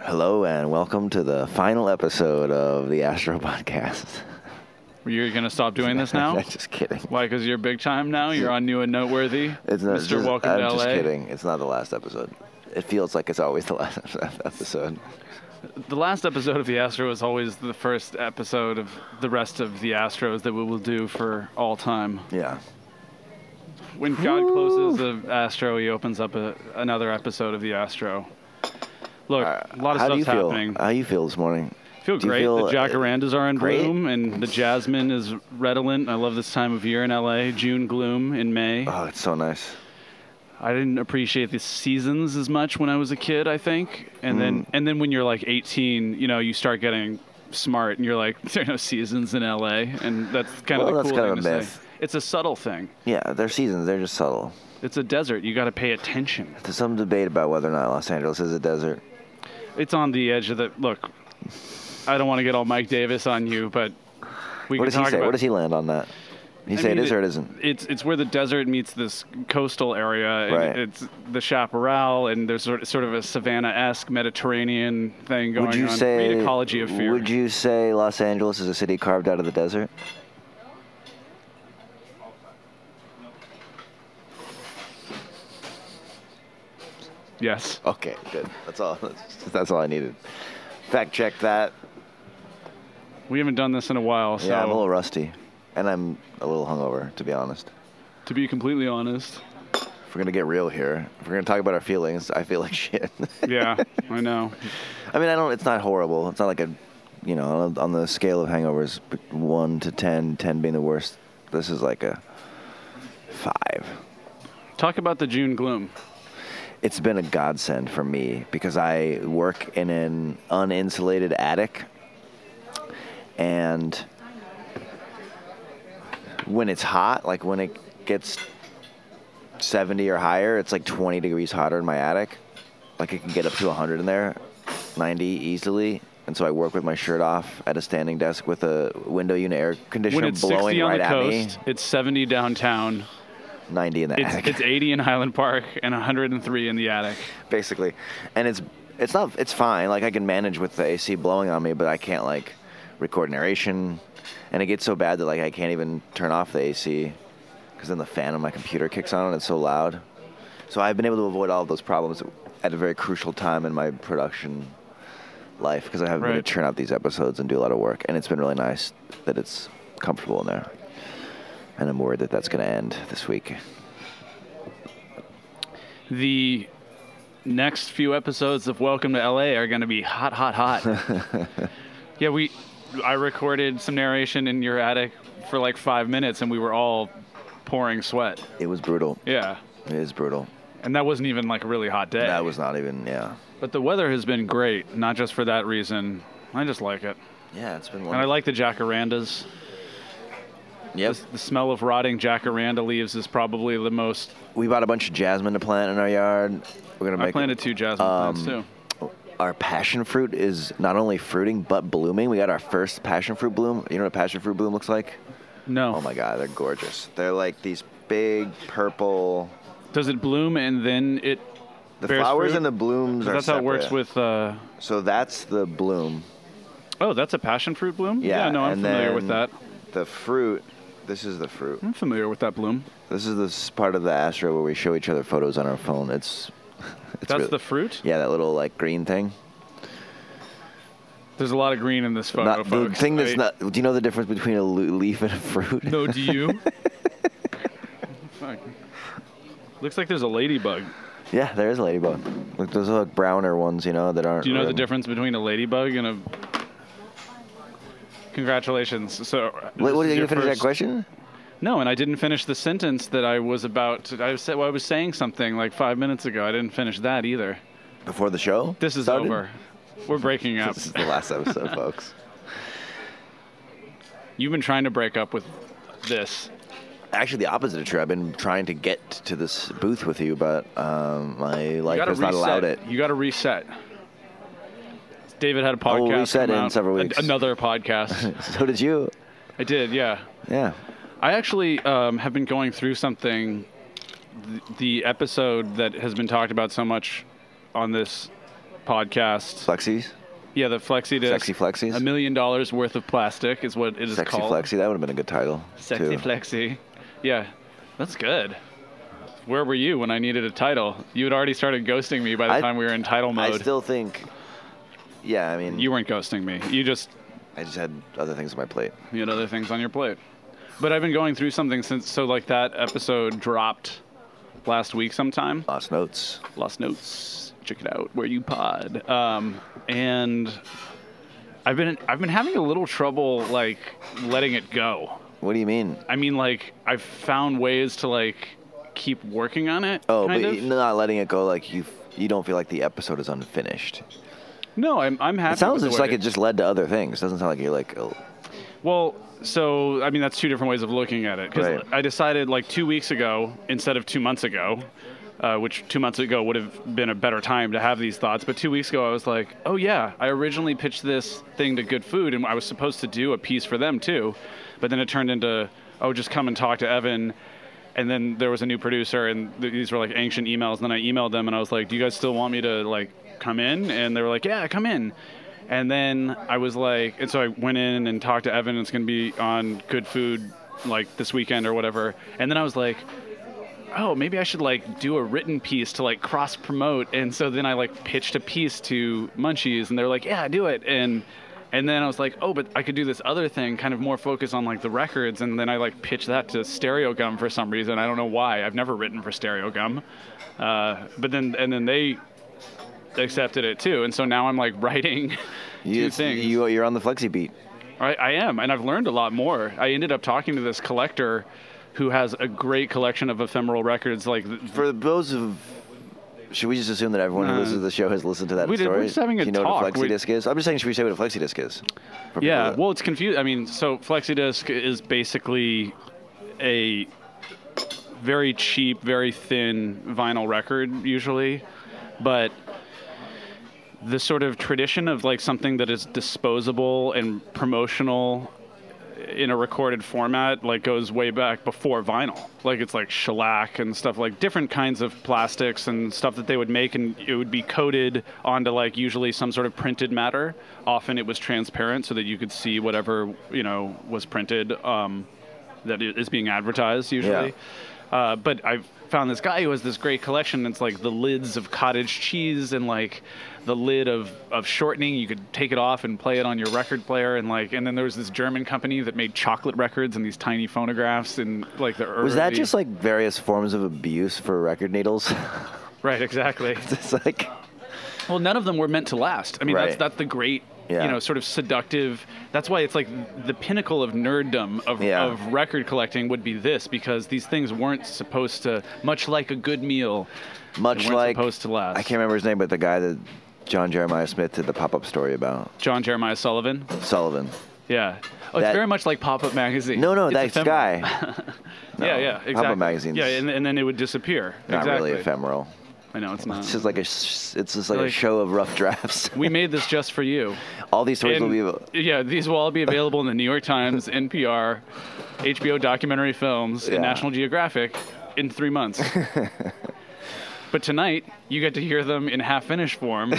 Hello and welcome to the final episode of the Astro Podcast. You're gonna stop doing this now? I'm just kidding. Why? Because you're big time now. You're on new and noteworthy. It's not, Mr. Just, Welcome I'm to just LA. kidding. It's not the last episode. It feels like it's always the last episode. The last episode of the Astro is always the first episode of the rest of the Astros that we will do for all time. Yeah. When God closes the Astro, He opens up a, another episode of the Astro. Look, a lot of Uh, How do you stuff's feel? happening. How you feel this morning? feel do you great. feel, the uh, jacarandas are in great? bloom, and the jasmine is redolent. I love this time of year in LA. June gloom in May. Oh, it's so nice. I didn't appreciate the seasons as much when I was a kid, I think. And then Mm. and then when you're like 18, you know, you start getting smart and you're like there are no seasons in LA and that's kind Well, of the that's cool kind of thing a to say. myth. It's a subtle thing. Yeah, their seasons, they're just subtle. It's a desert. You got to pay attention. There's some debate about whether or not Los Angeles is a desert. It's on the edge of the look. I don't want to get all Mike Davis on you, but we What can does he talk say? about Where does he land on that? He I say it mean, is or it isn't. It's it's where the desert meets this coastal area. and Right. It's the chaparral, and there's sort of, sort of a savanna-esque Mediterranean thing going Would you on. say Great ecology of fear. Would you say Los Angeles is a city carved out of the desert? yes. Okay, good. That's all. That's, that's all I needed. Fact check that. We haven't done this in a while, so Yeah, I'm a little rusty, and I'm a little hungover, to be honest. to be completely honest, If we're gonna get real here, if we're gonna talk about our feelings, I feel like shit. yeah, I know. I mean, I don't. It's not horrible. It's not like a, you know, on, on the scale of hangovers, b- one to ten, ten being the worst. This is like a five. Talk about the June gloom. It's been a godsend for me because I work in an uninsulated attic, and when it's hot, like when it gets 70 or higher, it's like 20 degrees hotter in my attic. Like it can get up to 100 in there, 90 easily. And so I work with my shirt off at a standing desk with a window unit air When conditioner it's blowing 60 on right the at coast, it's 70 downtown. me, 90 in the It's attic. it's 80 in Highland Park and 103 in the attic. basically. And it's it's not it's fine. Like I can manage with the AC blowing on me, but I can't like record narration. And it gets so bad that like I can't even turn off the AC because then the fan on my computer kicks on and it's so loud. So I've been able to avoid all of those problems at a very crucial time in my production life because I have been able Right. to churn out these episodes and do a lot of work. And it's been really nice that it's comfortable in there. And I'm worried that that's going to end this week. the next few episodes of Welcome to LA are going to be hot, hot, hot. yeah, we I recorded some narration in your attic for like five minutes, and we were all pouring sweat. It was brutal. Yeah, It is brutal. and that wasn't even like a really hot day. That was not even, yeah. But the weather has been great, not just for that reason. I just like it, Yeah, it's been and I wonderful. like the jacarandas. Yep. The smell of rotting jacaranda leaves is probably the most. We bought a bunch of jasmine to plant in our yard. We're gonna make I planted two jasmine um, plants too. our passion fruit is not only fruiting but blooming. We got our first passion fruit bloom. You know what a passion fruit bloom looks like? No. Oh my god, they're gorgeous. They're like these big purple. Does it bloom and then it? The bears flowers fruit? and the blooms are. That's how it works separate. with. Uh, So that's the bloom. Oh, that's a passion fruit bloom? Yeah. no, I'm and familiar with then that. The fruit. This is the fruit. I'm familiar with that bloom. This is this part of the astro where we show each other photos on our phone. It's. it's that's really- the fruit? Yeah, that little like green thing. There's a lot of green in this photo, Not, the folks. thing that's oh, I- not. Do you know the difference between a lu- leaf and a fruit? No, do you? Fuck. Looks like there's a ladybug. Yeah, there is a ladybug. Look, those are like browner ones, you know, that aren't. Do you know the red. difference between a ladybug and a. Congratulations. So. Wait, what this did is you your finish first- that question? No, and I didn't finish the sentence that I was about to. I, said, well, I was saying something like five minutes ago. I didn't finish that either. Before the show? This is started? over. We're breaking up. This is the last episode, folks. You've been trying to break up with this. Actually, the opposite of true. I've been trying to get to this booth with you, but um, my life gotta has not allowed it. reset. You got to reset. David had a podcast. Oh, reset come in out, several an- weeks. another podcast. So did you? I did, yeah. Yeah. I actually um, have been going through something. th- The episode that has been talked about so much on this podcast. Flexies? Yeah, the flexi disc. Sexy Flexies? A million dollars worth of plastic is what it is Sexy called. Flexi? That would have been a good title. Sexy too. flexi. Yeah, that's good. Where were you when I needed a title? You had already started ghosting me by the I- time we were in title I mode. still think. Yeah, I mean, you weren't ghosting me. You just I just had other things on my plate. you had other things on your plate. But I've been going through something since so like that episode dropped last week sometime. Lost notes. Lost Notes. Check it out where you pod. Um, and I've been I've been having a little trouble like letting it go. What do you mean? I mean, like I've found ways to like keep working on it. Oh, kind but of. you're not letting it go like you f- you don't feel like the episode is unfinished. no, I'm I'm happy. It sounds with the just way like it just led to other things. Doesn't sound like you're like, oh, Well, so I mean that's two different ways of looking at it. Because Right. I decided like two weeks ago instead of two months ago, uh, which two months ago would have been a better time to have these thoughts. But two weeks ago I was like, oh yeah, I originally pitched this thing to Good Food and I was supposed to do a piece for them too, but then it turned into oh just come and talk to Evan. And then there was a new producer, and th- these were like ancient emails. And then I emailed them, and I was like, "Do you guys still want me to like come in?" And they were like, "Yeah, come in." And then I was like, and so I went in and talked to Evan. It's going to be on Good Food like this weekend or whatever. And then I was like, oh, maybe I should like do a written piece to like cross promote. And so then I like pitched a piece to Munchies, and they're like, yeah, do it. And and then I was like, oh, but I could do this other thing, kind of more focus on like the records. And then I like pitched that to Stereo Gum for some reason. I don't know why. I've never written for Stereo Gum. Uh, but then and then they accepted it too. And so now I'm like writing. you, two things. you you're on the flexi beat. I, I am, and I've learned a lot more. I ended up talking to this collector who has a great collection of ephemeral records. Like th- For those of, should we just assume that everyone who Nah. listens to the show has listened to that Uh-huh. We did- story? we're just having a Do you know what talk. a flexi We- disc is? I'm just saying, should we say what a flexi disc is? For people yeah, that- well, it's confused. I mean, so FlexiDisc is basically a very cheap, very thin vinyl record usually, but the sort of tradition of like something that is disposable and promotional in a recorded format like goes way back before vinyl. Like it's like shellac and stuff like different kinds of plastics and stuff that they would make and it would be coated onto like usually some sort of printed matter. Often it was transparent so that you could see whatever, you know, was printed um that i- is being advertised usually. Uh, but I found this guy who has this great collection. It's like the lids of cottage cheese and like the lid of, of shortening. You could take it off and play it on your record player. And like, and then there was this German company that made chocolate records and these tiny phonographs and like the was that early- just like various forms of abuse for record needles? right? Exactly. it's like Well, none of them were meant to last. I mean, that's Right. that's the great, Yeah. you know, sort of seductive. That's why it's like the pinnacle of nerddom of, Yeah. of record collecting would be this because these things weren't supposed to, much like a good meal, much weren't like supposed to last. I can't remember his name, but the guy that John Jeremiah Smith did the pop-up story about John Jeremiah Sullivan. Sullivan. Yeah. Oh, That- it's very much like Pop Up Magazine. No, no, It's that ephemeral. guy. No, Yeah, yeah, exactly. magazine's Yeah, and, and then it would disappear. Not exactly. really ephemeral. I know it's not. It's just like a, s- it's just like, a Like- show of rough drafts. we made this just for you. All these stories And- will be. yeah, these will all be available in the New York Times, NPR, HBO documentary films, Yeah. and National Geographic in three months. but tonight, you get to hear them in half finished form.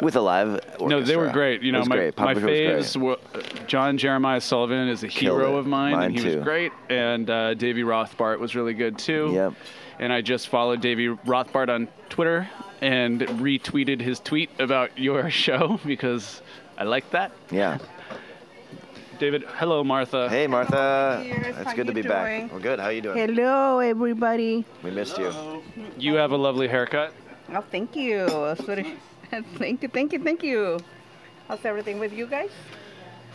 with a live orchestra. no, they were great. You It know, was my, great. Pop my Culture was great. faves were John Jeremiah Sullivan is a Killed hero it. of mine, Mine and he too. was great. And uh, Davey Rothbart was really good too. Yep. And I just followed Davey Rothbart on Twitter and retweeted his tweet about your show because I like that. Yeah. David, hello, Martha. Hey, Martha. Hello, dears. It's How good to be you back. doing? We're good. How you doing? Hello, everybody. We missed you. You have a lovely haircut. Oh, thank you. Sorry. thank you, thank you, thank you. How's everything with you guys?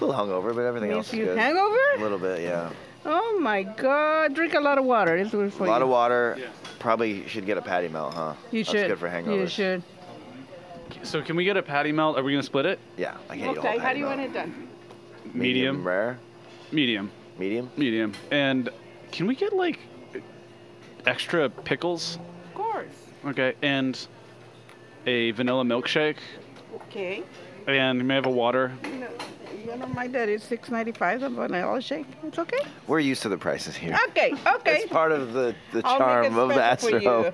A little hungover, but everything else Miss is you good. A hangover? little bit, yeah. Oh my God! Drink a lot of water. It's good A for lot you. of water. Yeah. Probably should get a patty melt, huh? You That's should. good for hangovers. You should. So can we get a patty melt? Are we gonna split it? Yeah, I can eat a whole Okay. How patty do you melt. want it done? Medium. rare, Medium. medium. Medium. And can we get like extra pickles? Of course. Okay. And a vanilla milkshake. Okay. And you may have a water. No, you don't mind that it's six ninety five the vanilla shake. It's okay. We're used to the prices here. Okay. Okay. It's part of the, the I'll make it charm of the special Astro. for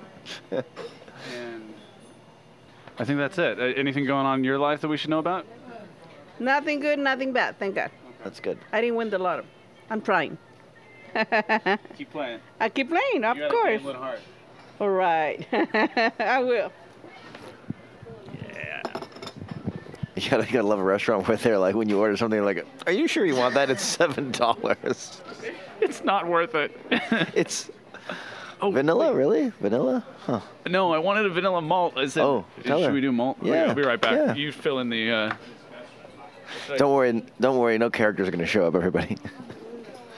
you. And I think that's it. Uh, anything going on in your life that we should know about? Nothing good, nothing bad. Thank God. That's good. I didn't win the lotto. I'm trying. Keep playing. I keep playing, of course. All right. I Mm. will. You gotta, you gotta love a restaurant where they're like, when you order something, like, are you sure you want that? It's seven dollars. It's not worth it. It's oh, vanilla, really? Vanilla? Huh. No, I wanted a vanilla malt. I said, Oh, tell should her. we do malt? Okay, Yeah, I'll be right back. yeah. You fill in the. Uh, Don't worry, don't worry. No characters are gonna show up. Everybody.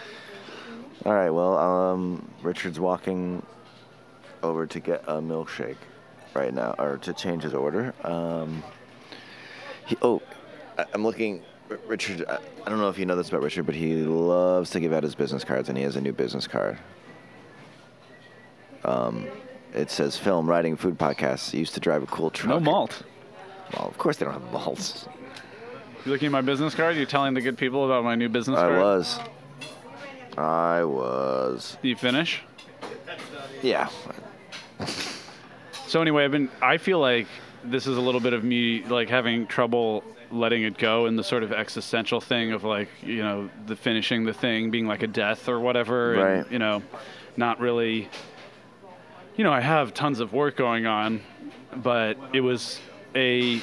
All right. Well, um, Richard's walking over to get a milkshake right now, or to change his order. Um, he, oh, I, I'm looking. R- Richard, I, I don't know if you know this about Richard, but he loves to give out his business cards, and he has a new business card. Um, it says film, writing, food podcasts. Used to drive a cool truck. no malt. Well, of course they don't have malts. You looking at my business card? You telling the good people about my new business I card? was. I was. Do you finish? Yeah. So anyway, I've been. I feel like this is a little bit of me like having trouble letting it go and the sort of existential thing of like you know the finishing the thing being like a death or whatever and Right. you know not really you know i have tons of work going on but it was a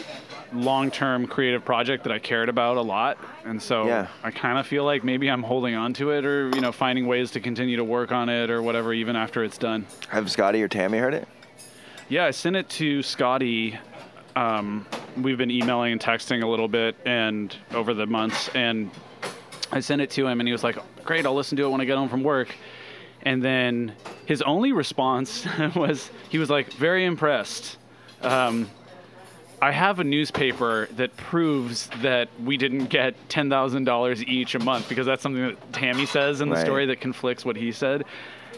long-term creative project that i cared about a lot and so Yeah. i kind of feel like maybe i'm holding on to it or you know finding ways to continue to work on it or whatever even after it's done Have Scotty or Tammy heard it? yeah, I sent it to Scotty. Um, we've been emailing and texting a little bit, and over the months, and I sent it to him, and he was like, "Great, I'll listen to it when I get home from work." And then his only response was, he was like, "Very impressed." Um, I have a newspaper that proves that we didn't get ten thousand dollars each a month because that's something that Tammy says in the Right. story that conflicts what he said.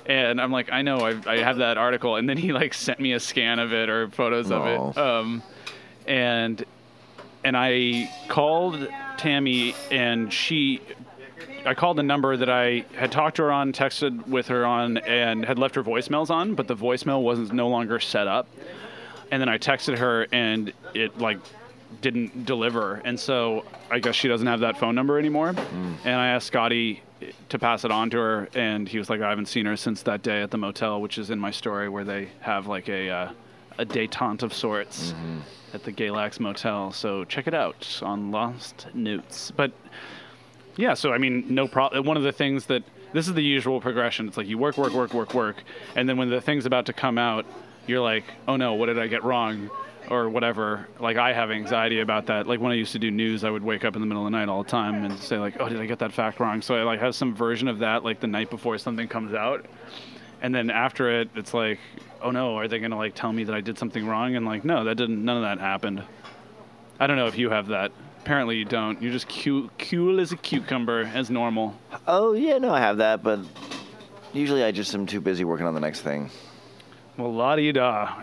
And I'm like, I know, I, I have that article. And then he like sent me a scan of it or photos of it. Aw. Um, and and I called Tammy, and she, I called the number that I had talked to her on, texted with her on, and had left her voicemails on, but the voicemail wasn't no longer set up and then I texted her and it like didn't deliver and so I guess she doesn't have that phone number anymore and I asked Scotty to pass it on to her and he was like I haven't seen her since that day at the motel which is in my story where they have like a uh, a detente of sorts at the Galax motel so check it out on Lost Notes but yeah, so I mean, no problem. One of the things that this is the usual progression. It's like you work, work, work, work, work, and then when the thing's about to come out, you're like, oh no, what did I get wrong, or whatever. Like I have anxiety about that. Like when I used to do news, I would wake up in the middle of the night all the time and say like, oh, did I get that fact wrong? So I like have some version of that like the night before something comes out, and then after it, it's like, oh no, are they gonna like tell me that I did something wrong? And like, no, that didn't. None of that happened. I don't know if you have that. Apparently you don't. You're just cu- cool as a cucumber, as normal. Oh yeah, no, I have that, but usually I just am too busy working on the next thing. Well, la di da.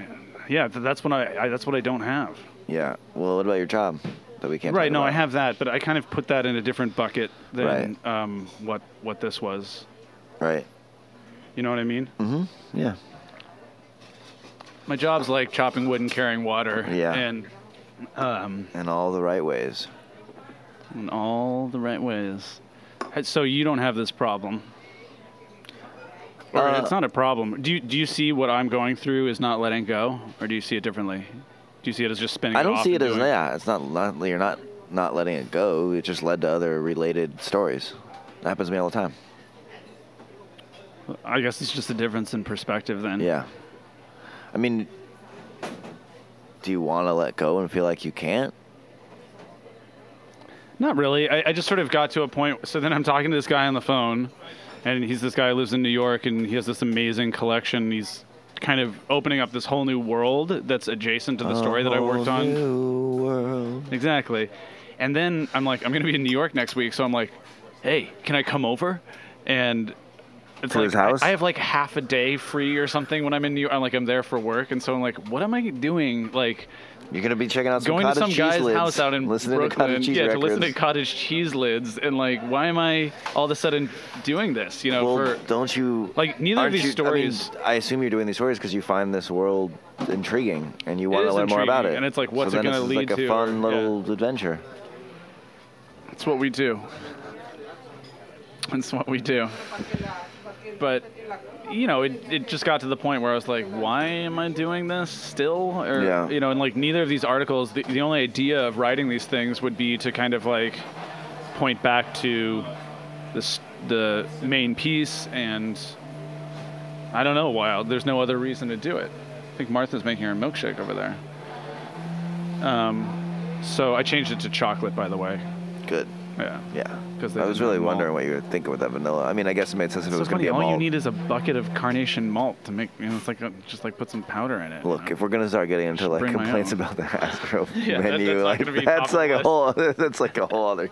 Yeah, th- that's what I, I. That's what I don't have. Yeah. Well, what about your job that we can't? Right. talk No, I about? have that, but I kind of put that in a different bucket than um, what what this was. Right. You know what I mean? Yeah. My job's like chopping wood and carrying water. Yeah. And um, In all the right ways. in all the right ways. Hey, So you don't have this problem. Or Uh, it's not a problem. Do you do you see what I'm going through is not letting go, or do you see it differently? Do you see it as just spinning? I don't off see it and as doing- yeah. It's not, not you're not not letting it go. It just led to other related stories. It happens to me all the time. I guess it's just a difference in perspective then. Yeah. I mean, do you want to let go and feel like you can't? Not really. I, I just sort of got to a point. So then I'm talking to this guy on the phone, and he's this guy who lives in New York, and he has this amazing collection. He's kind of opening up this whole new world that's adjacent to the story that I worked A on. new world. Exactly. And then I'm like, I'm going to be in New York next week. So I'm like, hey, can I come over? And It's To like his house? I, I have like half a day free or something when I'm in New York. I'm like I'm there for work, and so I'm like, what am I doing? Like You're gonna be checking out some going to cottage some cheese guy's lids, house out in listening Brooklyn, to cottage cheese yeah, records. to listen to cottage cheese lids, and like, why am I all of a sudden doing this? You know, well, for don't you? like, neither of aren't these you- stories- I, mean, I assume you're doing these stories because you find this world intriguing and you want is to learn more about intriguing, it. and it's like, So what's it then gonna this is lead like to, a or- fun yeah. little adventure. it's what we do. It's what we do. But you know, it, it just got to the point where I was like, why am I doing this still? Or Yeah. you know, and like neither of these articles, the, the only idea of writing these things would be to kind of like point back to this the main piece and I don't know why there's no other reason to do it. I think Martha's making her milkshake over there. Um, so I changed it to chocolate by the way. Good. Yeah. Yeah. 'Cause they I was didn't really have malt. wondering what you were thinking with that vanilla. I mean, I guess it made sense if it So was gonna funny. be a All you malt. need is a bucket of carnation malt to make. You know, it's like uh just like put some powder in it. Look, if we're gonna start getting into Should like bring my complaints own. about the Astro Yeah, that- menu, that's not gonna like be that's top of like the a whole other, that's like a whole other.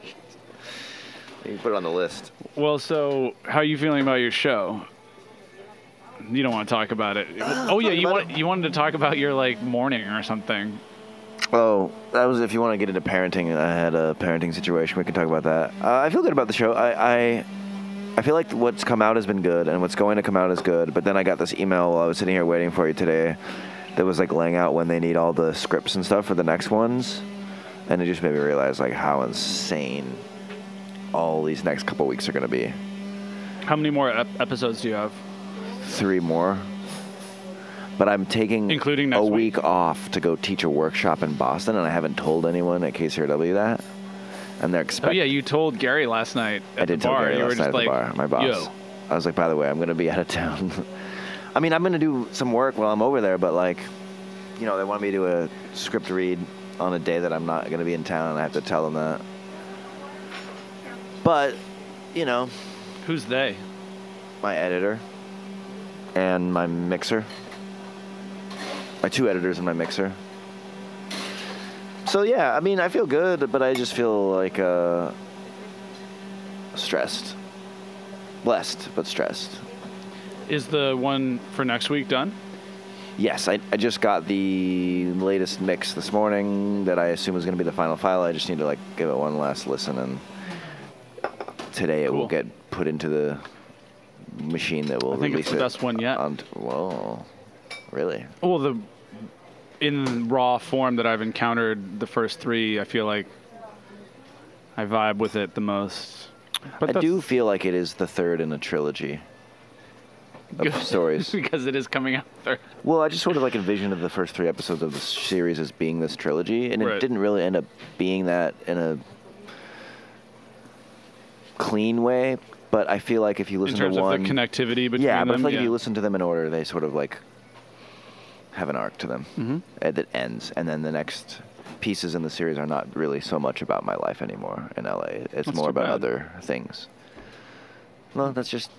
You can put it on the list. well, so how are you feeling about your show? You don't want to talk about it. oh yeah, talk you about want you wanted to talk about your like morning or something. Oh, that was if you want to get into parenting. I had a parenting situation. We can talk about that. Uh, I feel good about the show. I, I I feel like what's come out has been good, and what's going to come out is good. But then I got this email while I was sitting here waiting for you today, that was like laying out when they need all the scripts and stuff for the next ones, and it just made me realize like how insane all these next couple weeks are going to be. How many more ep- episodes do you have? three more. But I'm taking Including a next week. off to go teach a workshop in Boston, and I haven't told anyone at KCRW that. And they're Oh expecting. yeah, you told Gary last night at I did the tell bar. Gary you were last night just at the bar, like, my boss. Yo. I was like, by the way, I'm going to be out of town. I mean, I'm going to do some work while I'm over there, but like, you know, they want me to do a script read on a day that I'm not going to be in town, and I have to tell them that. But, you know, Who's they? my editor and my mixer. My two editors and my mixer. So yeah, I mean, I feel good, but I just feel like uh, stressed, blessed, but stressed. Is the one for next week done? Yes, I, I just got the latest mix this morning that I assume is going to be the final file. I just need to like give it one last listen, and today it Cool. will get put into the machine that will I think release it's the it. best one yet. On t- whoa, really? Well, the in raw form that I've encountered the first three, I feel like I vibe with it the most. But I that's do feel like it is the third in a trilogy of stories. because it is coming out there. Well, I just sort of like envisioned the first three episodes of the series as being this trilogy, and it Right. didn't really end up being that in a clean way. But I feel like if you In listen terms to of one, the connectivity between yeah, them, but I feel like if you listen to them in order, they sort of like have an arc to them Mm-hmm. uh, that ends, and then the next pieces in the series are not really so much about my life anymore in LA. It's That's more too about bad. other things. Well, that's just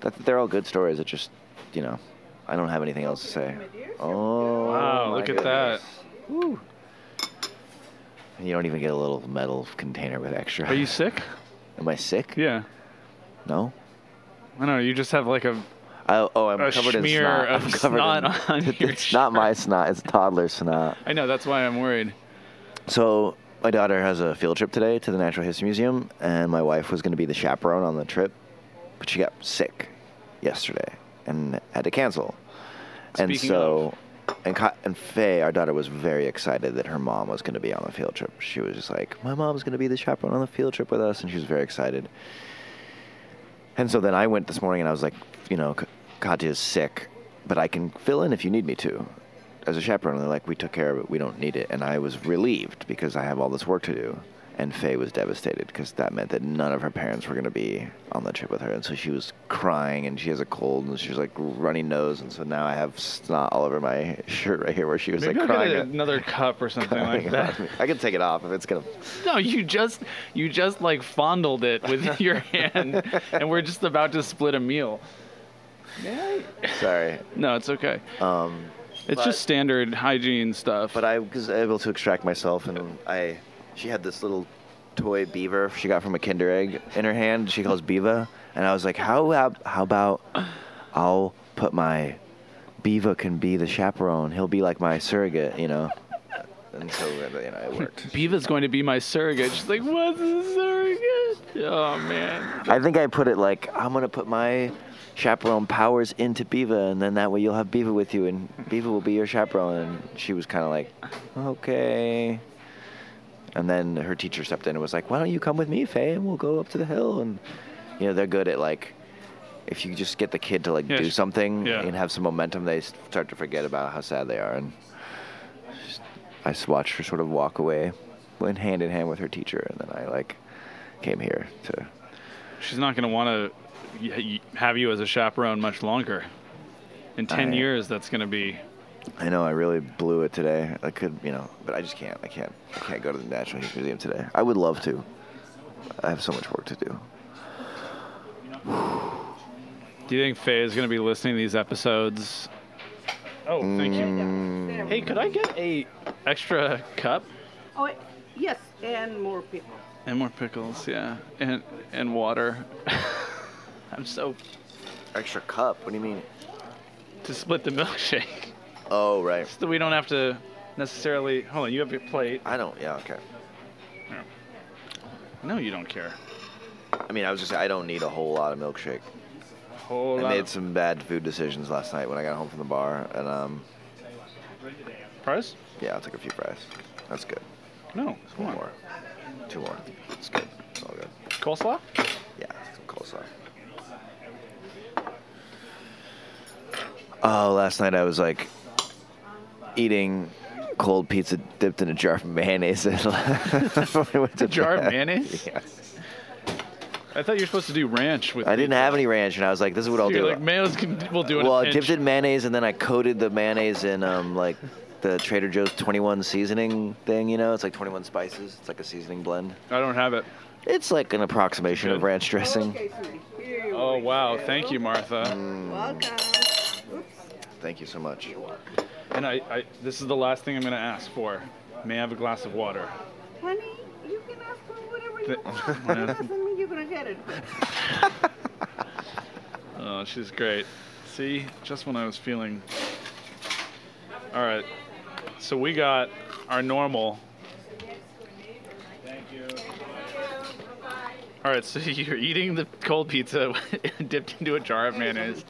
that they're all good stories. It just you know, I don't have anything else to say. Oh, Wow, my look at that. goodness. Woo. And You don't even get a little metal container with extra. Are you sick? Am I sick? Yeah. No. I don't know. You just have like a. I, oh, I'm A covered in smear snot. of I'm covered in, snot on your It's not my snot. It's toddler snot. I know that's why I'm worried. So my daughter has a field trip today to the Natural History Museum, and my wife was going to be the chaperone on the trip, but she got sick yesterday and had to cancel. and Speaking so, and Ka- and Faye, our daughter, was very excited that her mom was going to be on the field trip. She was just like, "My mom's going to be the chaperone on the field trip with us," and she was very excited. And so then I went this morning and I was like, you know, K- Katya is sick, but I can fill in if you need me to as a chaperone. And they're like, we took care of it. We don't need it. And I was relieved because I have all this work to do. And Faye was devastated because that meant that none of her parents were going to be on the trip with her. And so she was crying and she has a cold and she's like runny nose. And so now I have snot all over my shirt right here where she was Maybe like I'll get crying. a- at- another cup or something like crying that. on me. I can take it off if it's going to. No, you just you just like fondled it with your hand, and we're just about to split a meal. Sorry. No, it's okay. Um, It's but- just standard hygiene stuff. but I was able to extract myself, and I she had this little toy beaver she got from a Kinder Egg in her hand. She calls Beaver, and I was like, "How ab- how about I'll put my Beaver can be the chaperone. He'll be like my surrogate, you know." And so you know it worked. Beava's going to be my surrogate. She's like, what's a surrogate? Oh man. I think I put it like I'm gonna put my chaperone powers into Beaver, and then that way you'll have Beaver with you, and Beaver will be your chaperone. And she was kind of like, okay. And then her teacher stepped in and was like, why don't you come with me, Faye, and we'll go up to the hill. And you know they're good at like, if you just get the kid to like Yeah, do sh- something yeah. and have some momentum, they s- start to forget about how sad they are. And just- I just watched her sort of walk away, went hand in hand with her teacher, and then I like came here to She's not going to want to have you as a chaperone much longer. In 10 I- years, that's going to be. I know I really blew it today. I could, you know, but I just can't. I can't. I can't go to the National Youth Museum today. I would love to. I have so much work to do. Do you think Faye is going to be listening to these episodes? Oh, thank you. There. Hey, could I get a extra cup Oh, wait. yes, and more people. and more pickles? Yeah, and and water. I'm so Extra cup? What do you mean? to split the milkshake Oh, right. so we don't have to necessarily. Hold on, you have your plate. I don't. Yeah. Okay. No, you don't care. I mean, I was just. I don't need a whole lot of milkshake. Whole I lot made of- some bad food decisions last night when I got home from the bar, and um, price? yeah, I'll take a few fries. That's good. No, come One on. more. Two more. It's good. It's all good. Coleslaw? Yeah, some coleslaw. Oh, last night I was like eating cold pizza dipped in a jar of mayonnaise. a jar of mayonnaise? I thought you were supposed to do ranch with. I didn't pizza. have any ranch, and I was like, "This is what I'll You're do." like mayo's can we'll do it. well, I in a pinch. dipped it in mayonnaise, and then I coated the mayonnaise in um, like the Trader Joe's 21 seasoning thing. You know, it's like 21 spices. It's like a seasoning blend. I don't have it. It's like an approximation of Good. ranch dressing. Oh, Okay, sweetie. Here we Oh wow, go. thank you, Martha. Mm. Welcome. Thank you so much. And I, I, this is the last thing I'm gonna ask for. May I have a glass of water? Honey, you can ask for whatever you Th- want. It doesn't mean you're going to get it. Oh, she's great. See, just when I was feeling. All right, so we got our normal. All right, so you're eating the cold pizza dipped into a jar of mayonnaise.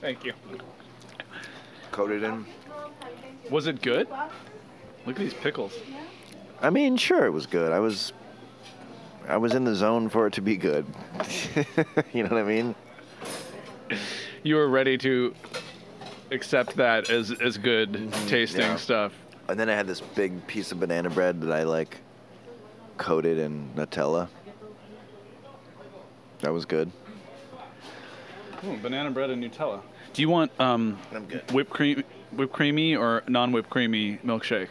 Thank you. Coated in. Was it good? Look at these pickles. I mean, sure, it was good. I was, I was in the zone for it to be good. you know what I mean? You were ready to accept that as as good tasting yeah. stuff. And then I had this big piece of banana bread that I like coated in Nutella. That was good. Ooh, Hmm, banana bread and Nutella. Do you want um, I'm good. whipped cream, whipped creamy or non-whipped creamy milkshake?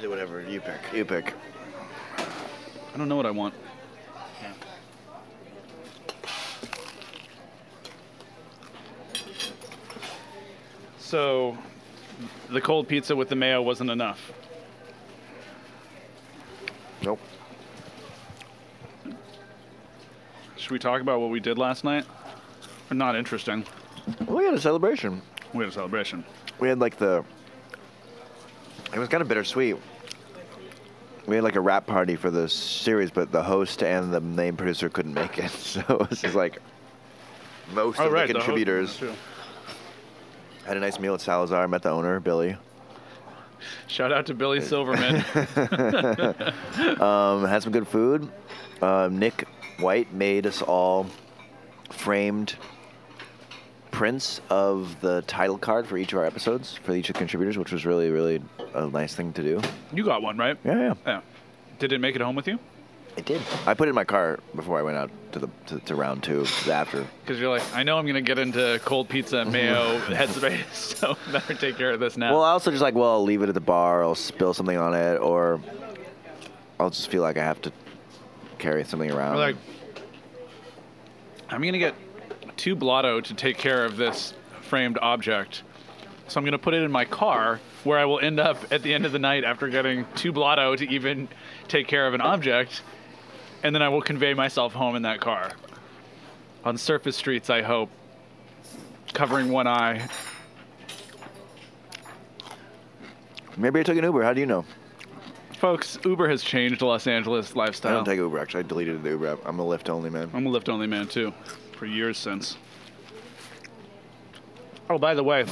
Do whatever you pick. You pick. I don't know what I want. So, the cold pizza with the mayo wasn't enough. Nope. Should we talk about what we did last night? Not interesting. We had a celebration. We had a celebration. We had like the. It was kind of bittersweet. We had like a rap party for the series, but the host and the main producer couldn't make it, so it was just like most of the ho- contributors. that's true. Had a nice meal at Salazar. Met the owner, Billy. Shout out to Billy Silverman. Um, had some good food. Um, Nick White made us all framed prints of the title card for each of our episodes for each of the contributors, which was really, really a nice thing to do. you got one, right? Yeah, yeah. Yeah. Did it make it home with you? It did. I put it in my car before I went out to the to, to round two to the after. Because you're like, I know I'm gonna get into cold pizza and mayo headspace, so better take care of this now. Well, I also just like, well, I'll leave it at the bar. I'll spill something on it, or I'll just feel like I have to carry something around. We're like, I'm gonna get two blotto to take care of this framed object, so I'm gonna put it in my car where I will end up at the end of the night after getting too blotto to even take care of an object, and then I will convey myself home in that car. On surface streets, I hope, covering one eye. Maybe I took an Uber. How do you know? Folks, Uber has changed Los Angeles I lifestyle. don't take Uber. Actually, I deleted the Uber app. I'm a Lyft only man. I'm a Lyft only man too, for years since. Oh, by the way,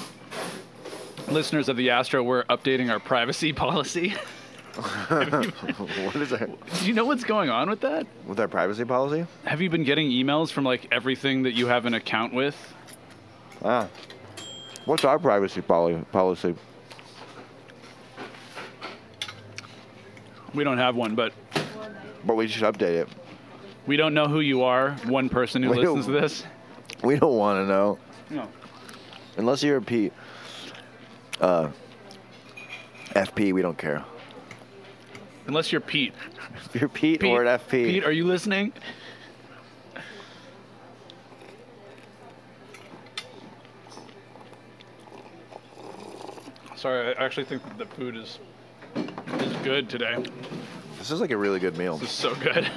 listeners of the Astro, we're updating our privacy policy. what is that? Do you know what's going on with that? With our privacy policy? Have you been getting emails from like everything that you have an account with? Ah. What's our privacy poli- policy? We don't have one, but But we should update it. we don't know who you are. One person who We listens to don't- this. We don't want to know. No. Unless you're a P. Uh, FP, we don't care. Unless you're Pete. If you're Pete, or an FP. Pete, are you listening? Sorry, I actually think that the food is is good today. this is like a really good meal. This is so good.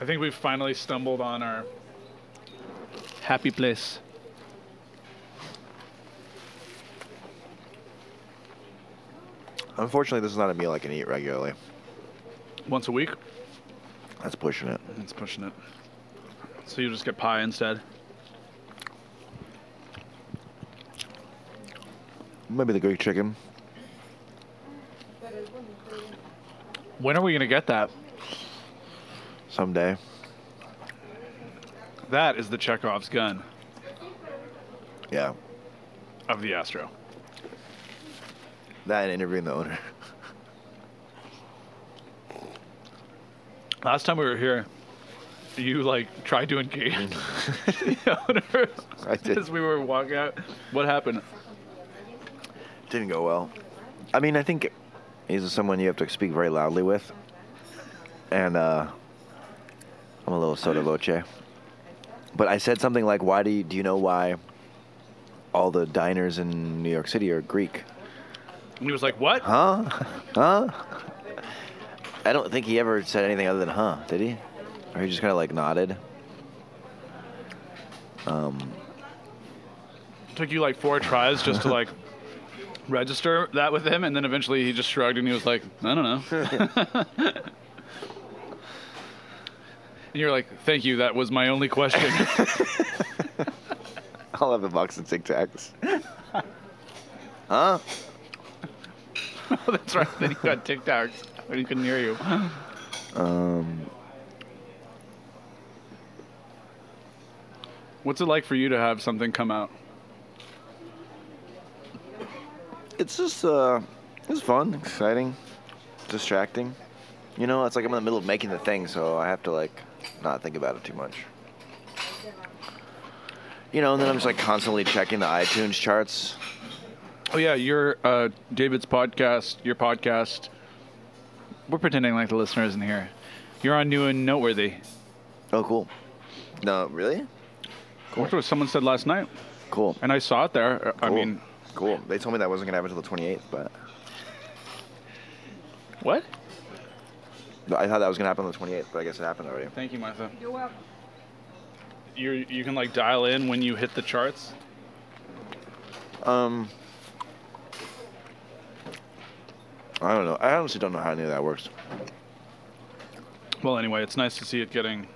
I think we've finally stumbled on our happy place. Unfortunately, this is not a meal I can eat regularly. Once a week. That's pushing it. It's pushing it. So you just get pie instead. Maybe the Greek chicken. When are we gonna get that? Someday. That is the Chekhov's gun Yeah. of the Astro. That and interviewing the owner. Last time we were here, you like tried to engage the owner Mm. I did. as we were walking out. What happened? Didn't go well. I mean, I think he's someone you have to speak very loudly with. And uh, I'm a little soda loche. But I said something like, "Why do you, do you know why all the diners in New York City are Greek?" And he was like, "What? Huh? Huh? I don't think he ever said anything other than "huh," did he? Or he just kind of like nodded. Took you like four tries just to like register that with him, and then eventually he just shrugged and he was like, "I don't know." and you're like, "Thank you. That was my only question." I'll have a box of Tic Tacs. huh? oh, that's right. Then he got TikToks when he couldn't hear you. Um, What's it like for you to have something come out? it's just uh, it's fun, exciting, distracting. You know, it's like I'm in the middle of making the thing, so I have to like not think about it too much. You know, and then I'm just like constantly checking the iTunes charts. Oh yeah, your uh, David's podcast, your podcast. We're pretending like the listener isn't here. You're on new and noteworthy. Oh, cool. No, really? Which was someone said last night, Cool. and I saw it there. Uh, I I Cool. mean, cool. They told me that wasn't gonna happen until the 28th, but what? I thought that was gonna happen on the 28th, but I guess it happened already. Thank you, Martha. You're welcome. You you can like dial in when you hit the charts. Um, I don't know. I honestly don't know how any of that works. Well, anyway, it's nice to see it getting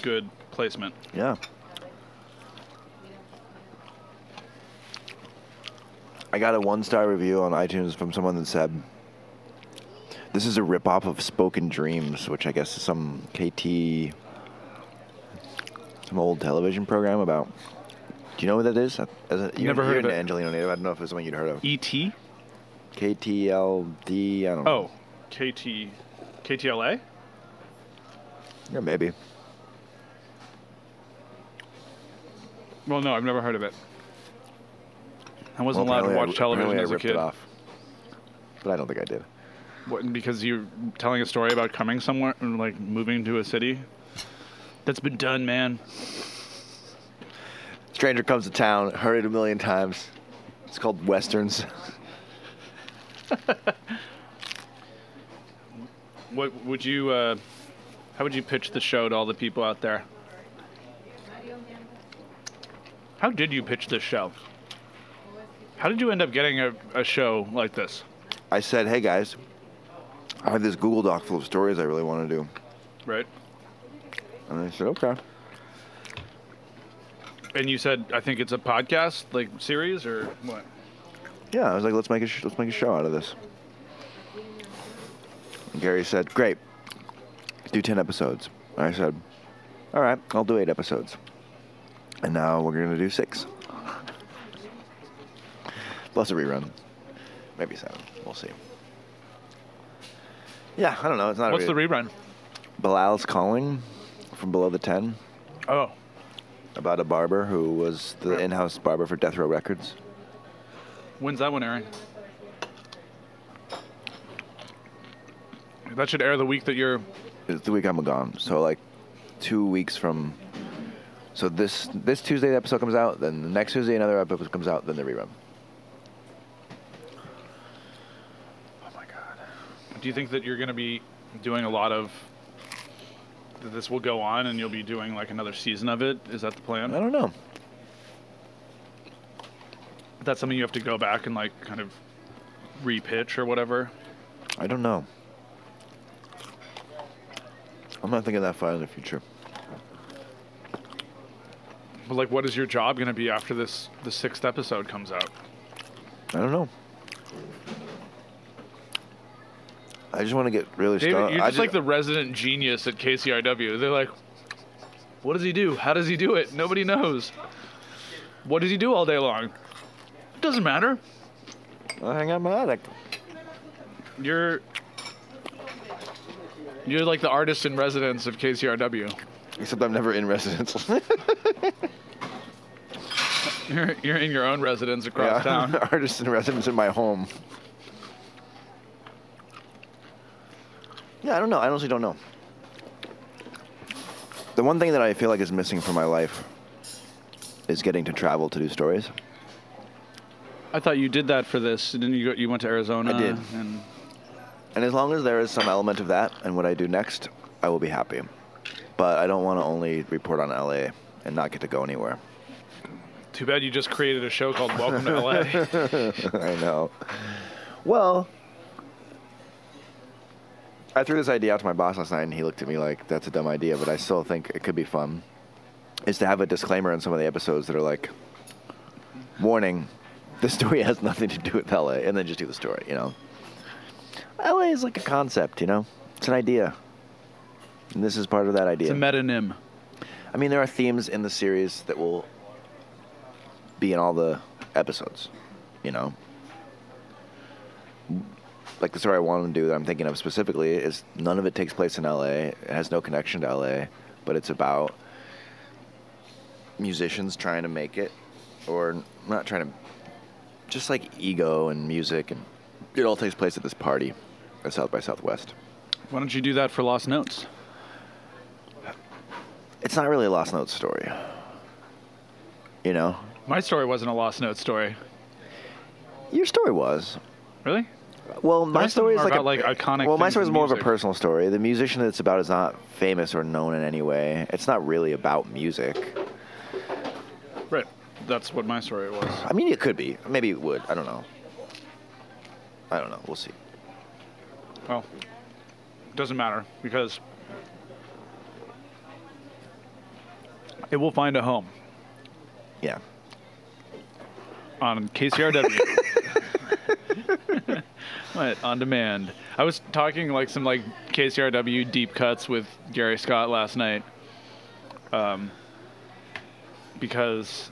good placement. Yeah. I got a one star review on iTunes from someone that said, This is a ripoff of Spoken Dreams, which I guess is some KT, some old television program about. Do you know what that is? As a, you're, Never heard you're of an it. Angelino native. I don't know if it's someone you'd heard of. E.T. KTLD, I don't know. Oh, KT KTLA. Yeah, maybe. Well, no, I've never heard of it. I wasn't Well, allowed to apparently I- watch television apparently I as a ripped it kid. off. But I don't think I did. What, because you're telling a story about coming somewhere and like moving to a city? That's been done, man. Stranger comes to town, heard it a million times. It's called Westerns. What would you? Uh, how would you pitch the show to all the people out there? How did you pitch this show? How did you end up getting a, a show like this? I said, hey guys, I have this Google Doc full of stories I really want to do. Right. And they said, okay. And you said, I think it's a podcast, like series or what? Yeah, I was like, let's make a sh- let's make a show out of this. And Gary said, great, do ten episodes. And I said, all right, I'll do eight episodes. And now we're gonna do six, plus a rerun, maybe seven. We'll see. Yeah, I don't know. It's not. What's a the rerun? Bilal's calling from below the ten Oh, about a barber who was the Right. in-house barber for Death Row Records. when's that one airing? That should air the week that you're. oh it's the week I'm gone. So like two weeks from. So this this Tuesday the episode comes out. Then the next Tuesday another episode comes out. Then the rerun. Oh my God. Do you think that you're going to be doing a lot of. That this will go on and you'll be doing like another season of it? Is that the I plan? don't know. That's something you have to go back and like kind of repitch or whatever? I don't know. I'm not thinking that far in the future. But like, what is your job going to be after this the sixth episode comes out? I don't know. I just want to get really David, stoned. you're I just like the resident genius at KCRW. They're like, what does he do? How does he do it? Nobody knows. What does he do all day long? Doesn't matter. I hang out in my attic. You're you're like the artist in residence of KCRW. Except I'm never in residence. You're, you're in your own residence across Yeah, I'm town. an artist in residence in my home. Yeah, I don't know. I honestly don't know. The one thing that I feel like is missing from my life is getting to travel to do stories. I thought you did that for this. Didn't you? Go, you went to Arizona. I did. And And as long as there is some element of that and what I do next, I will be happy. But I don't want to only report on LA and not get to go anywhere. too bad you just created a show called Welcome to LA. I know. Well, I threw this idea out to my boss last night, and he looked at me like, "That's a dumb idea," but I still think it could be fun. Is to have a disclaimer in some of the episodes that are like, "Warning, this story has nothing to do with LA," and then just do the story. You know, LA is like a concept. You know, it's an idea, and this is part of that It's idea. a metonym. I mean, there are themes in the series that will be in all the episodes, you know? Like the story I want to do that I'm thinking of specifically is none of it takes place in LA. It has no connection to LA, but it's about musicians trying to make it or not trying to, just like ego and music. And it all takes place at this party at South by Southwest. Why don't you do that for Lost Notes? It's not really a Lost Notes story, you know? My story wasn't a Lost Notes story. Your story was. Really? Well, my rest of story them is are like, about, a, like, iconic Well, my things story is in more of a music. personal story. The musician that it's about is not famous or known in any way. It's not really about music. Right. That's what my story was. I mean, it could be. Maybe it would. I don't know. I don't know. We'll see. Well, doesn't matter because it will find a home Yeah. on KCRW. what? On demand. I was talking like some like KCRW deep cuts with Gary Scott last night. Um, because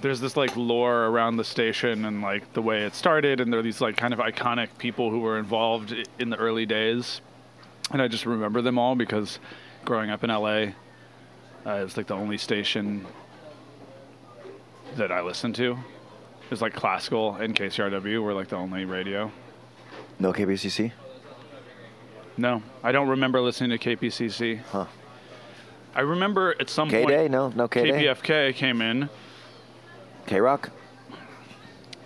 there's this like lore around the station and like the way it started and there are these like kind of iconic people who were involved i- in the early days and i just remember them all because growing up in la uh, it was like the only station that i listened to it was like classical and kcrw were like the only radio No KBCC. no i don't remember listening to kpcc Huh. i remember at some K Day. point No. No K Day. kpfk came in K Rock.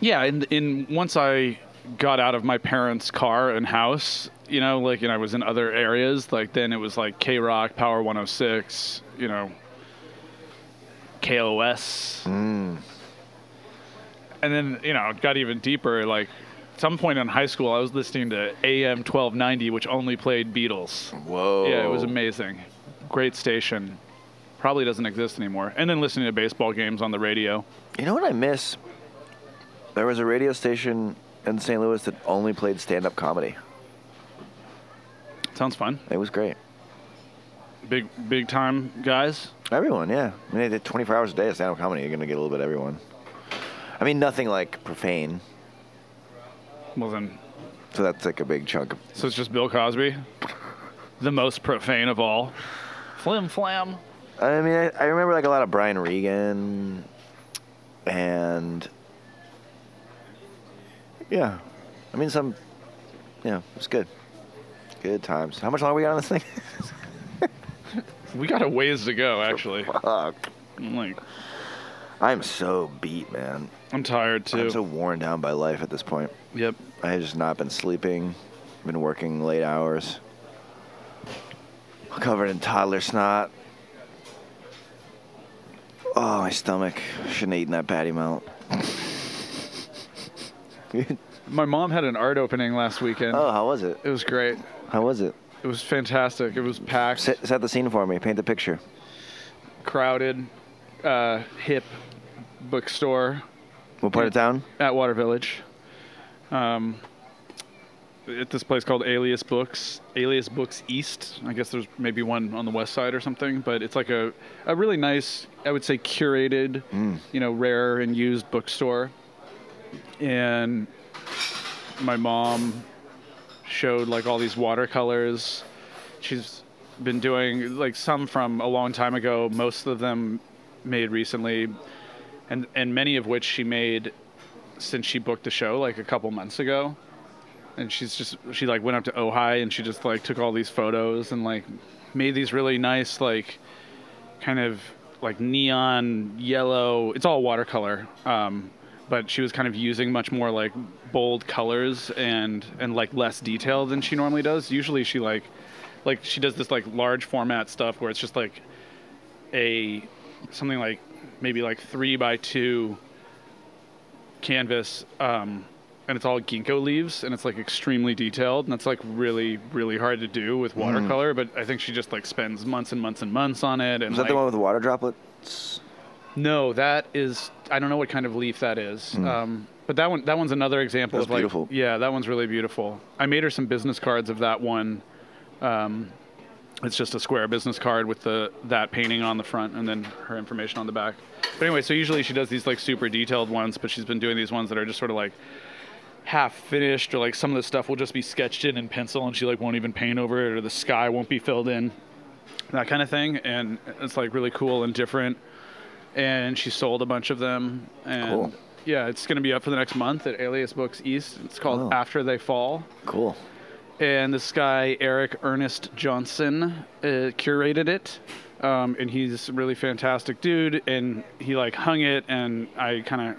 Yeah, in in once I got out of my parents' car and house, you know, like, and I was in other areas, like, then it was like K Rock, Power 106, you know, KOS. And then, you know, it got even deeper. Like, at some point in high school, I was listening to AM 1290, which only played Beatles. Whoa. Yeah, it was amazing. Great station. Probably doesn't exist anymore. And then listening to baseball games on the radio. You know what I miss? There was a radio station in St. Louis that only played stand-up comedy. Sounds fun. It was great. Big big time guys. Everyone, yeah. I mean, they did 24 hours a day of stand-up comedy. You're gonna get a little bit of everyone. I mean, nothing like profane. Well then, So that's like a big chunk. of so it's just Bill Cosby, the most profane of all. Flim flam. I mean, I, I remember like a lot of Brian Regan, and yeah, I mean some, yeah, it was good, good times. How much longer we got on this thing? We got a ways to go actually. Fuck, I'm like I'm so beat, man. I'm tired too. I'm so worn down by life at this point. yep. I have just not been sleeping, been working late hours, covered in toddler snot. Oh, my stomach. Shouldn't have eaten that patty melt. My mom had an art opening last weekend. oh, how was it? It was great. How was it? It was fantastic. It was packed, Set, set the scene for me. Paint the picture. crowded, uh, hip bookstore. What part of town? at Water Village. Um, at this place called Alias Books, Alias Books East. I guess there's maybe one on the west side or something, but it's like a, a really nice, I would say, curated, you know, rare and used bookstore. And my mom showed like all these watercolors. She's been doing like some from a long time ago, most of them made recently, and and many of which she made since she booked the show like a couple months ago and she's just she like went up to Ojai and she just like took all these photos and like made these really nice like kind of like neon yellow it's all watercolor um but she was kind of using much more like bold colors and and like less detail than she normally does usually she like like she does this like large format stuff where it's just like a something like maybe like three by two canvas um, and it's all ginkgo leaves and it's like extremely detailed and that's like really really hard to do Mm. with watercolor but i think she just like spends months and months and months on it and Is that like, the one with the water droplets? no that is i don't know what kind of leaf that is um, but that one that one's another example Hmm. That's of like beautiful. yeah that one's really beautiful i made her some business cards of that one um, it's just a square business card with the that painting on the front and then her information on the back. But anyway, so usually she does these like super detailed ones, but she's been doing these ones that are just sort of like half finished or like some of the stuff will just be sketched in in pencil and she like won't even paint over it or the sky won't be filled in. That kind of thing and it's like really cool and different. And she sold a bunch of them and Cool. yeah, it's going to be up for the next month at Alias Books East. It's called Oh. After They Fall Cool. and this guy Eric Ernest Johnson uh, curated it, um, and he's a really fantastic dude. And he like hung it, and I kind of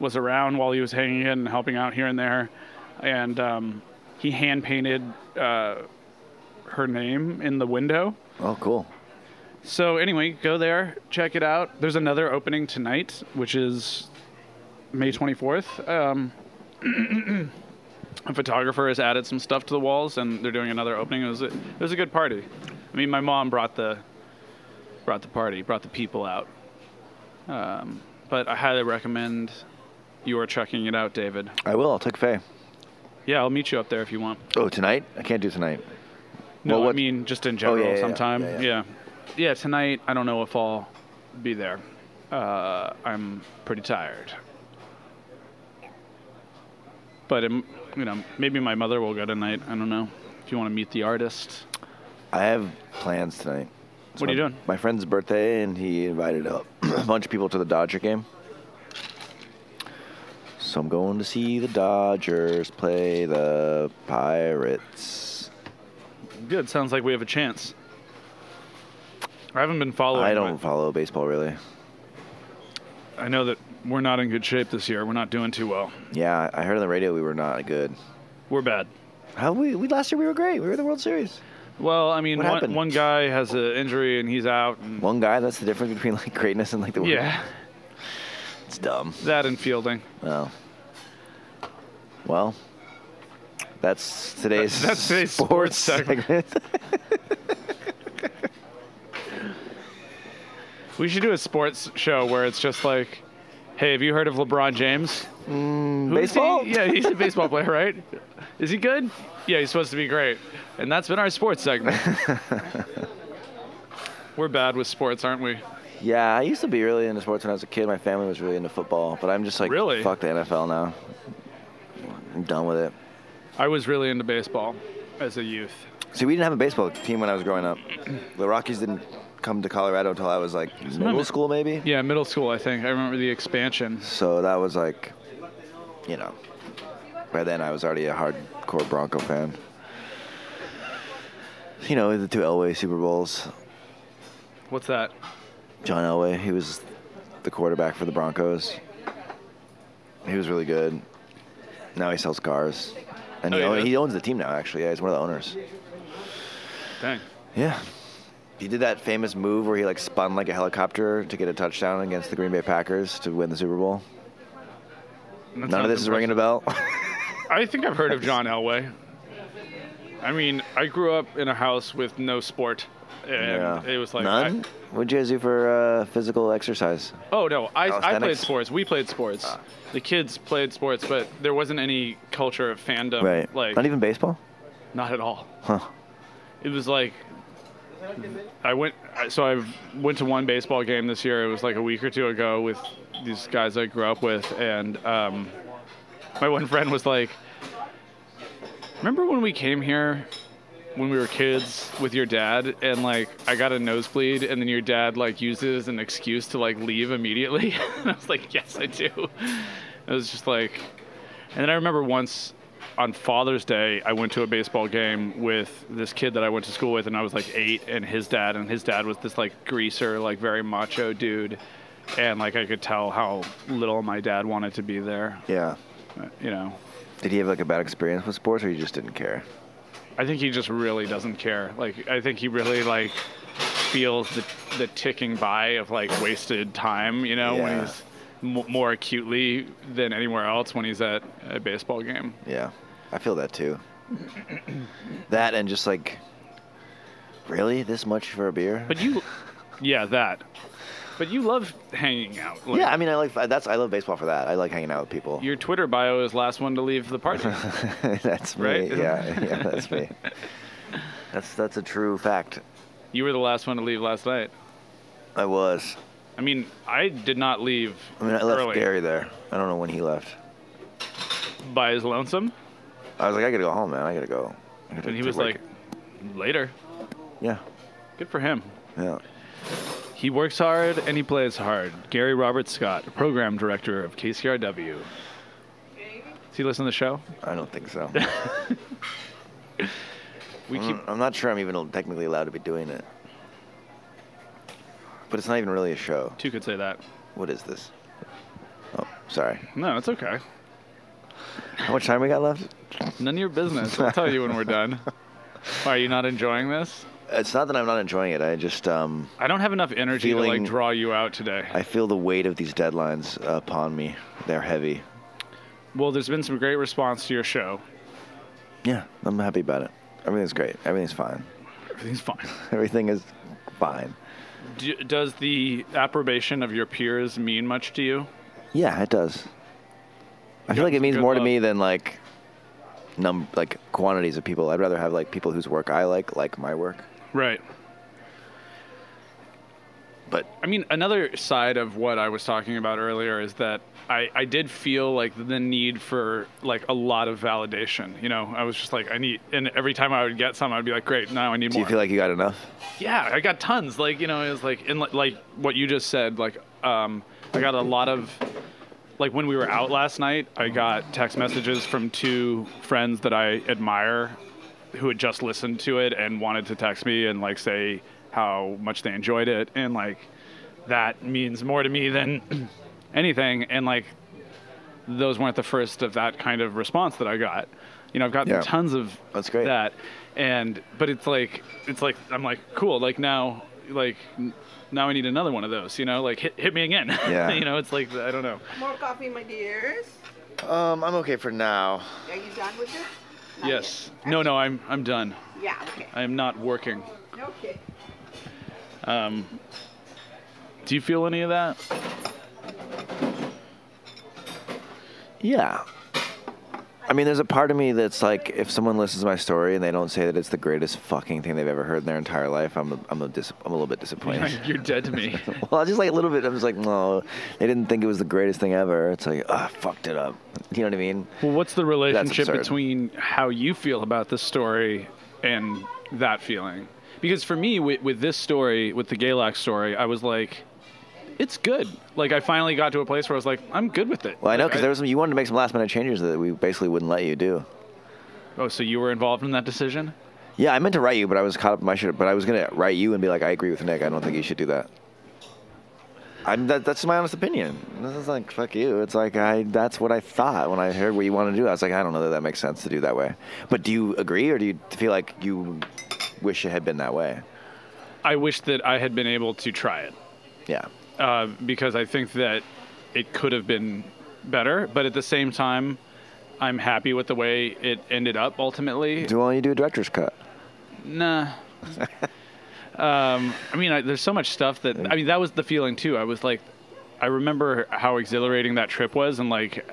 was around while he was hanging it and helping out here and there, and um, he hand painted uh, her name in the window. Oh, cool. So anyway, go there, check it out. There's another opening tonight, which is May 24th. Um, a photographer has added some stuff to the walls, and they're doing another opening. It was a, it was a good party. I mean, my mom brought the brought the party, brought the people out. Um, but I highly recommend you are checking it out, David. I will. I'll take Faye. Yeah, I'll meet you up there if you want. Oh, tonight? I can't do tonight. No, Well, I what- mean just in general. yeah, yeah, sometime, yeah, Oh, yeah yeah. yeah. tonight. I don't know if I'll be there. Uh, I'm pretty tired, but it, m- you know, maybe my mother will go tonight. I don't know. If you want to meet the artist, I have plans tonight. It's What are you my- doing? My friend's birthday, and he invited a bunch of people to the Dodger game. So I'm going to see the Dodgers play the Pirates. good. Sounds like we have a chance. I haven't been following. I but don't follow baseball really. I know that we're not in good shape this year. We're not doing too well. Yeah, I heard on the radio we were not good. We're bad. How we, we last year we were great. We were in the World Series. Well, I mean, What one, happened? one guy has an injury and he's out. And One guy. That's the difference between like greatness and like the yeah, It's dumb. that and fielding. Well, well, that's today's that's today's sports, sports segment. segment. We should do a sports show where it's just like, hey, have you heard of LeBron James? Who's he? Mm, baseball. Yeah, he's a baseball player, right? Is he good? Yeah, he's supposed to be great. And that's been our sports segment. We're bad with sports, aren't we? Yeah, I used to be really into sports when I was a kid. My family was really into football, but I'm just like, Really? fuck the NFL now. I'm done with it. I was really into baseball as a youth. See, we didn't have a baseball team when I was growing up. The Rockies didn't come to Colorado until I was like middle school, maybe. Yeah, middle school, I think. I remember the expansion. So that was like, you know, by then I was already a hardcore Bronco fan. You know, the two Elway Super Bowls. What's that? John Elway, he was the quarterback for the Broncos. He was really good. Now he sells cars. And Oh, he, yeah, own- that- he owns the team now, actually. Yeah, he's one of the owners. Dang. Yeah. He did that famous move where he like spun like a helicopter to get a touchdown against the Green Bay Packers to win the Super Bowl. That's None not of this is ringing a bell. I think I've heard of John Elway. I mean, I grew up in a house with no sport, and it was like I- none. What'd you guys do for uh, physical exercise? oh no, I, I played Calisthenics? Ah. sports. We played sports. the kids played sports, but there wasn't any culture of fandom. Right. Like Not even baseball. not at all. Huh. It was like I went. So I went to one baseball game this year. It was like a week or two ago with these guys I grew up with, and um, my one friend was like, "Remember when we came here?" When we were kids with your dad, and like I got a nosebleed, and then your dad like used it as an excuse to like leave immediately. and I was like, yes, I do. It was just like, and then I remember once on Father's Day, I went to a baseball game with this kid that I went to school with, and I was like eight, and his dad, and his dad was this like greaser, like very macho dude, and like I could tell how little my dad wanted to be there, Yeah. you know. Did he have like a bad experience with sports, or you just didn't care? I think he just really doesn't care. Like I think he really like feels the the ticking by of like wasted time, you know, Yeah. when he's m- more acutely than anywhere else when he's at a baseball game. Yeah, I feel that too. that and just like, really, this much for a beer? But you, yeah, that. But you love hanging out. Like, yeah, I mean, I like that's I love baseball for that. I like hanging out with people. Your Twitter bio is last one to leave the party. that's me. Right? Yeah, yeah, that's me. That's that's a true fact. you were the last one to leave last night. I was. I mean, I did not leave I mean, I left early. Gary there. I don't know when he left. by his lonesome, I was like, I gotta go home, man. I gotta go. I gotta and he take was work." like, "Later." Yeah, Good for him. yeah. He works hard and he plays hard. Gary Robert Scott, program director of KCRW. Does he listen to the show? I don't think so. We keep. I'm not sure I'm even technically allowed to be doing it. But it's not even really a show. Two could say that. What is this? Oh, sorry. No, it's okay. How much time we got left? None of your business. I'll tell you when we're done. Are you not enjoying this? It's not that I'm not enjoying it. I just um, I don't have enough energy to like Feeling- draw you out today. I feel the weight of these deadlines upon me. They're heavy. Well, there's been some great response to your show. Yeah, I'm happy about it. Everything's great. Everything's fine. Everything's fine. Everything is fine. Do, does the approbation of your peers mean much to you? Yeah, it does. I feel like it means good more to luck. me than like num like quantities of people. I'd rather have like people whose work I like like my work. Right. But I mean, another side of what I was talking about earlier is that I, I did feel like the need for like a lot of validation. You know, I was just like, I need, and every time I would get some, I'd be like, great, now I need do more. you feel like you got enough? yeah, I got tons. Like, you know, it was like, and like, like what you just said, like, um, I got a lot of, like when we were out last night, I got text messages from two friends that I admire who had just listened to it and wanted to text me and like say how much they enjoyed it. And like, that means more to me than anything, and like those weren't the first of that kind of response that I got. You know, I've gotten Yeah. tons of That's great. that, and but it's like it's like I'm like cool, like now like n- now I need another one of those. You know, like hit hit me again. Yeah. you know, it's like I don't know. More coffee, my dears. Um, I'm okay for now. Are you done with this? Not yes. yet. No, no, I'm I'm done. Yeah. Okay. I am not working. Okay. Um, do you feel any of that? Yeah. I mean, there's a part of me that's like, if someone listens to my story and they don't say that it's the greatest fucking thing they've ever heard in their entire life, I'm a, I'm a, dis- I'm a little bit disappointed. You're dead to me. well, just like a little bit, I'm just like, no, they didn't think it was the greatest thing ever. It's like, ah, fucked it up. You know what I mean? Well, what's the relationship absurd. between how you feel about the story and that feeling? Because for me, with, with this story, with the Galax story, I was like, it's good. Like, I finally got to a place where I was like, I'm good with it. Well, I know Like, because there was some, you wanted to make some last minute changes that we basically wouldn't let you do. Oh, so you were involved in that decision? Yeah, I meant to write you, but I was caught up in my shit. But I was gonna write you and be like, I agree with Nick. I don't think you should do that. I'm that, that's my honest opinion. This is like fuck you. It's like I that's what I thought when I heard what you wanted to do. I was like, I don't know that that makes sense to do that way. But do you agree, or do you feel like you wish it had been that way? I wish that I had been able to try it. Yeah. uh, because I think that it could have been better, but at the same time, I'm happy with the way it ended up ultimately. Do why don't you do a director's cut? Nah. um, I mean, I, there's so much stuff that I mean, that was the feeling too. I was like, I remember how exhilarating that trip was, and like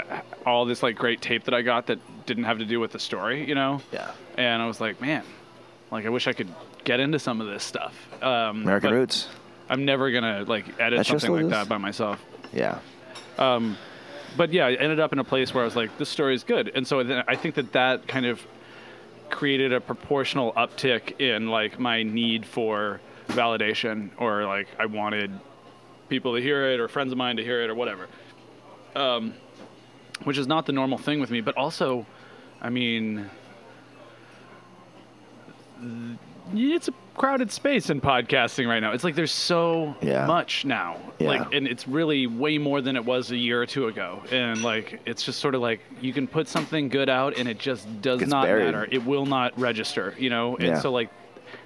all this like great tape that I got that didn't have to do with the story, you know. Yeah. And I was like, man, like I wish I could get into some of this stuff. Um, American but Roots. I'm never gonna like edit That's just something what it like is. that by myself. Yeah. but yeah, I ended up in a place where I was like, this story is good, and so then I think that that kind of created a proportional uptick in like my need for validation, or like I wanted people to hear it, or friends of mine to hear it, or whatever, um, which is not the normal thing with me. But also, I mean, th- it's a crowded space in podcasting right now. It's like there's so Yeah. much much now. Yeah. Like, and it's really way more than it was a year or two ago. And like, it's just sort of like you can put something good out, and it just does Gets not buried. matter. It will not register, you know. And Yeah. so like,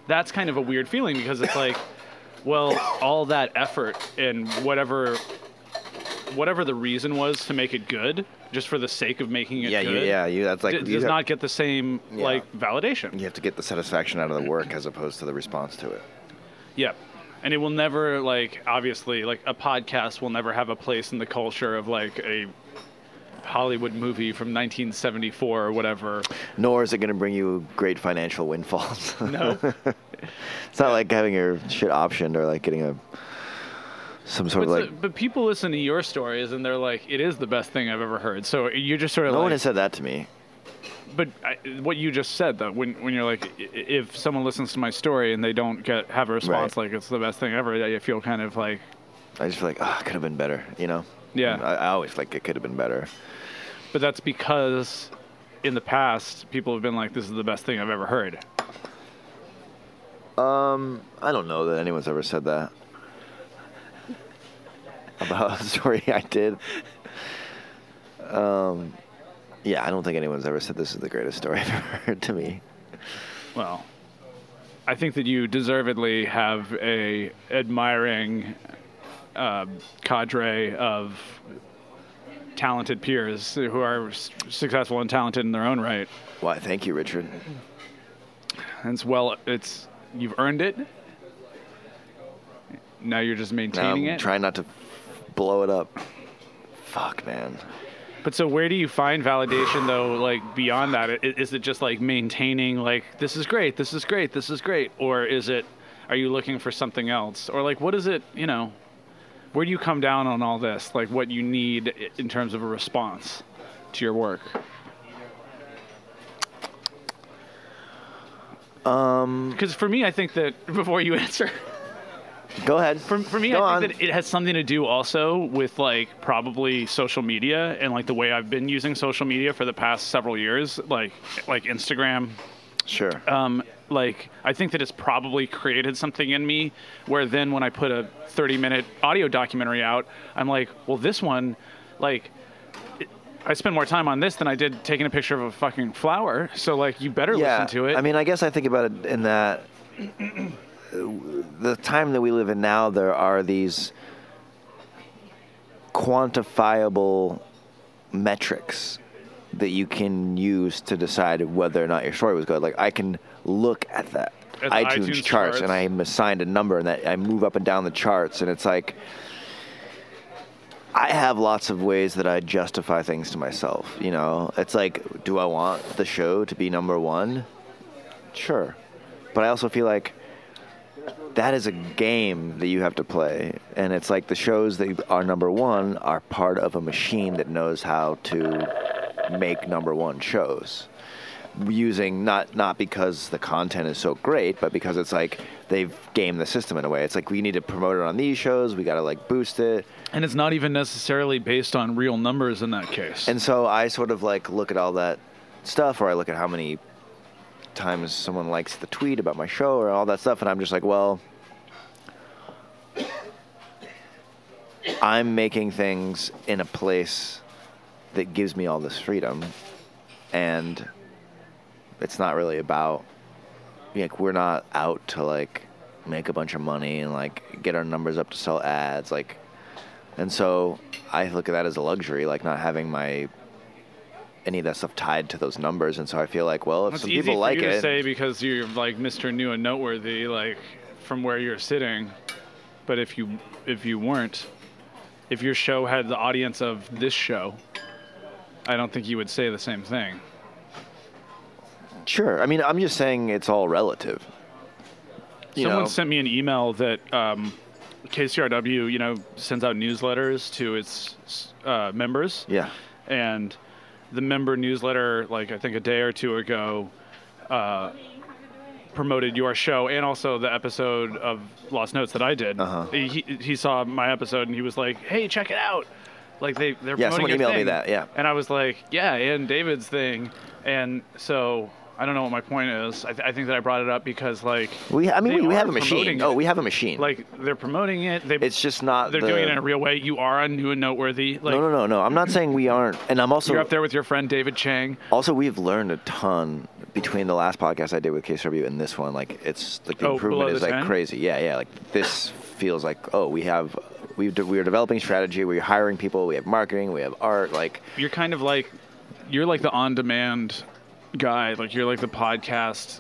that's kind of a weird feeling because it's like, well, all that effort and whatever, whatever the reason was to make it good, just for the sake of making it Yeah. You, good, yeah. You. That's like d- you does have, not get the same Yeah. like validation. you have to get the satisfaction out of the work as opposed to the response to it. Yep. And it will never like obviously like a podcast will never have a place in the culture of like a Hollywood movie from 1974 or whatever. Nor is it going to bring you great financial windfalls. No. It's not like having your shit optioned or like getting a some sort but, of so- like. but people listen to your stories and they're like it is the best thing I've ever heard. So you're just sort of no one like has said that to me. but I, what you just said though when when you're like i- i- if someone listens to my story and they don't get have a response Right. like it's the best thing ever, I feel kind of like I just feel like, oh, it could have been better, you know? Yeah. I, I always like it could have been better. but that's because in the past people have been like this is the best thing I've ever heard. I don't know that anyone's ever said that about a story I did. Um, yeah, I don't think anyone's ever said this is the greatest story I've ever heard to me. Well, I think that you deservedly have a admiring uh, cadre of talented peers who are s- successful and talented in their own right. Why, thank you, Richard. And it's well, it's you've earned it. Now you're just Now I'm maintaining it. trying not to blow it up. Fuck, man. But so, where do you find validation though? Like beyond that, I- is it just like maintaining like this is great, this is great, this is great, or is it? Are you looking for something else, or like what is it? You know, where do you come down on all this? Like what you need i- in terms of a response to your work? Um, Because for me, I think that before you answer, go ahead. for, for me, go I on. think that it has something to do also with like probably social media and like the way I've been using social media for the past several years, like like Instagram, Sure. um, like I think that it's probably created something in me where then when I put a 30 minute audio documentary out, I'm like, well, this one, like, it- I spend more time on this than I did taking a picture of a fucking flower. So like, you better yeah. listen to it. I mean, I guess I think about it in that the time that we live in now, there are these quantifiable metrics that you can use to decide whether or not your story was good. Like I can look at that At the iTunes, iTunes charts, charts. and I'm assigned a number, and that I move up and down the charts, and it's like. I have lots of ways that I justify things to myself. You know, it's like, do I want the show to be number one? Sure. But I also feel like that is a game that you have to play. And it's like the shows that are number one are part of a machine that knows how to make number one shows. Using not not because the content is so great, but because it's like they've gamed the system in a way. It's like we need to promote it on these shows, we gotta like boost it. and it's not even necessarily based on real numbers in that case. And so I sort of like look at all that stuff, or I look at how many times someone likes the tweet about my show, or all that stuff, and I'm just like, well, I'm making things in a place that gives me all this freedom, and it's not really about like we're not out to like make a bunch of money and like get our numbers up to sell ads like and so I look at that as a luxury, like not having my any of that stuff tied to those numbers. And so I feel like, well, if it's some easy people for like you to it, say because you're like Mr. New and Noteworthy, like from where you're sitting. But if you if you weren't, if your show had the audience of this show, I don't think you would say the same thing. sure. I mean, I'm just saying it's all relative. You Someone know? sent me an email that um, KCRW, you know, sends out newsletters to its uh, members. yeah, and the member newsletter like i think a day or two ago uh, promoted your show and also the episode of lost notes that i did Uh-huh. he, he saw my episode and he was like hey check it out like they they're Yeah, promoting someone your emailed me thing. that, yeah. and i was like yeah and david's thing and so i don't know what my point is i, th- I think that i brought it up because like we. I mean, they we, we are have a promoting machine. it. Oh, we have a machine. like they're promoting it they, it's just not. they're the- doing it in a real way you are on new and noteworthy like no, no, no, no. I'm not saying we aren't. And I'm also you're up there with your friend david chang Also, we've learned a ton between the last podcast I did with KSW and this one. Like, it's like the Oh, improvement below is the like 10? crazy. Yeah, yeah. Like this feels like oh, we have we de- we are developing strategy. We're hiring people. We have marketing. We have art. Like, you're kind of like you're like the on-demand guy like you're like the podcast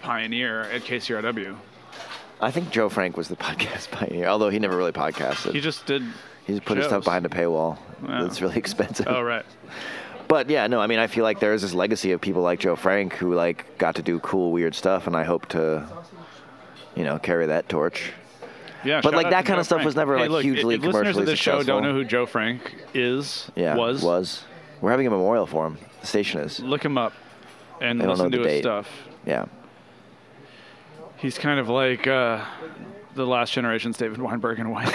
pioneer at kcrw I think Joe Frank was the podcast pioneer, although he never really podcasted. he just did he just put his shows. stuff behind a paywall. Wow. That's really expensive. oh right But yeah, no, I mean, I feel like there is this legacy of people like Joe Frank who like got to do cool, weird stuff, and I hope to, you know, carry that torch. yeah But, shout like, out that to kind of Joe stuff was Frank. never, Hey, like, look, hugely if listeners commercially of the show successful. don't know who joe frank is Yeah, was was. We're having a memorial for him. The station is. look him up and I don't listen know to the his date. stuff Yeah. he's kind of like uh the last generation's david weinberg and white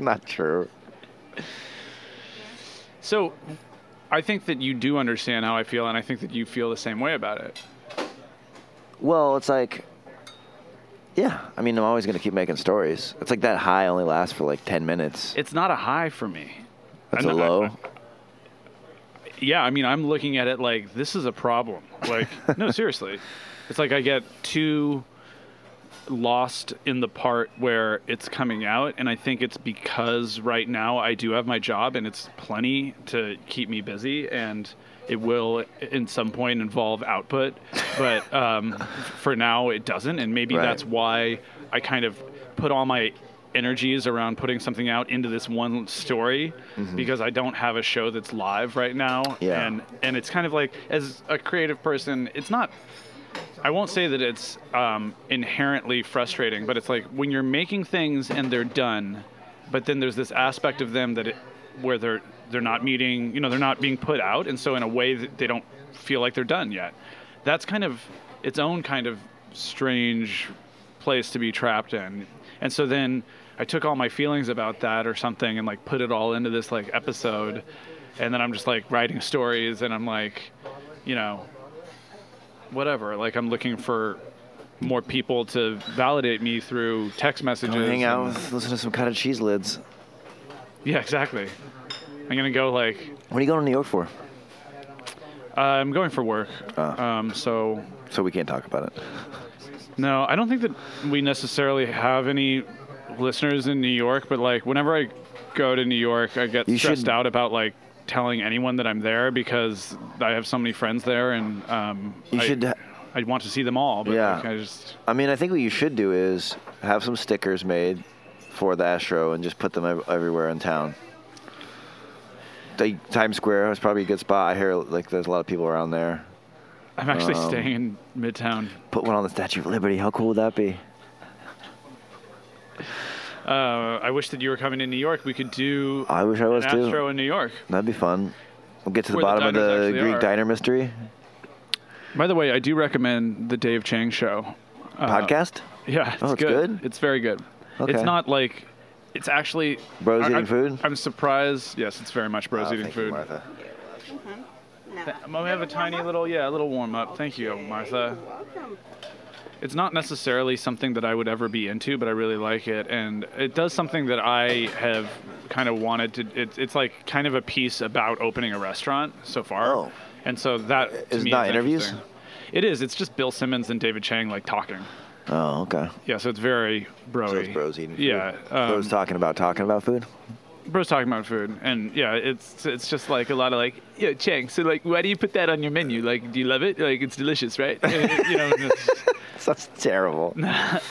Not true. So, I think that you do understand how I feel, and I think that you feel the same way about it. Well, it's like, yeah. I mean, I'm always gonna keep making stories. It's like that high only lasts for like ten minutes. It's not a high for me. That's I a know- low. Yeah, I mean, I'm looking at it like this is a problem. Like, no, seriously, it's like I get too lost in the part where it's coming out, and I think it's because right now I do have my job, and it's plenty to keep me busy, and it will in some point involve output, but um, for now it doesn't, and maybe Right. that's why I kind of put all my energies around putting something out into this one story because I don't have a show that's live right now. Mm-hmm. Yeah. And and it's kind of like as a creative person, it's not I won't say that it's um, inherently frustrating, but it's like when you're making things and they're done, but then there's this aspect of them that it, where they're they're not meeting, you know, they're not being put out, and so in a way that they don't feel like they're done yet. That's kind of its own kind of strange place to be trapped in, and so then I took all my feelings about that or something and like put it all into this like episode, and then I'm just like writing stories, and I'm like, you know whatever. Like I'm looking for more people to validate me through text messages. hang out, and- with, listen to some cottage cheese lids. Yeah, exactly. I'm gonna go like What are you going to New York for? uh, I'm going for work. Ah. Um, so So we can't talk about it. No, I don't think that we necessarily have any listeners in New York, but like whenever I go to New York, I get You stressed should- out about like telling anyone that I'm there because I have so many friends there and um, You I, should. ha- I want to see them all, but Yeah. like, I just I mean, I think what you should do is have some stickers made for the Astro and just put them ev- everywhere in town. The Times Square is probably a good spot. I hear like there's a lot of people around there. I'm actually Um, staying in Midtown. Put one on the Statue of Liberty. How cool would that be? Uh, I wish that you were coming to New York. We could do I wish I was an too. Astro in New York. That'd be fun. We'll get to the Where the bottom diners of the actually Greek are. diner mystery By the way, I do recommend the Dave Chang show. Uh, podcast. Yeah, it's, Oh, it's good. good? It's very good. It's Okay. not like it's actually Bros I- eating I'm- food? I'm surprised. Yes, it's very much bros Oh, eating thank you, food. Martha. Th- I'm gonna have a tiny little yeah, a little warm up. Thank you, Martha. welcome. It's not necessarily something that I would ever be into, but I really like it, and it does something that I have kind of wanted to. It, it's like kind of a piece about opening a restaurant so far, Oh. and so that to Is it me not is interviews? interesting. It is. It's just Bill Simmons and David Chang like talking. Oh, okay. Yeah, so it's very broy. So it's bros eating food. Yeah, um, bros talking about talking about food. Bro's talking about food, and yeah, it's it's just like a lot of like, yeah, Chang. So like, why do you put that on your menu? Like, do you love it? Like, it's delicious, right? you know, and it's, That's terrible.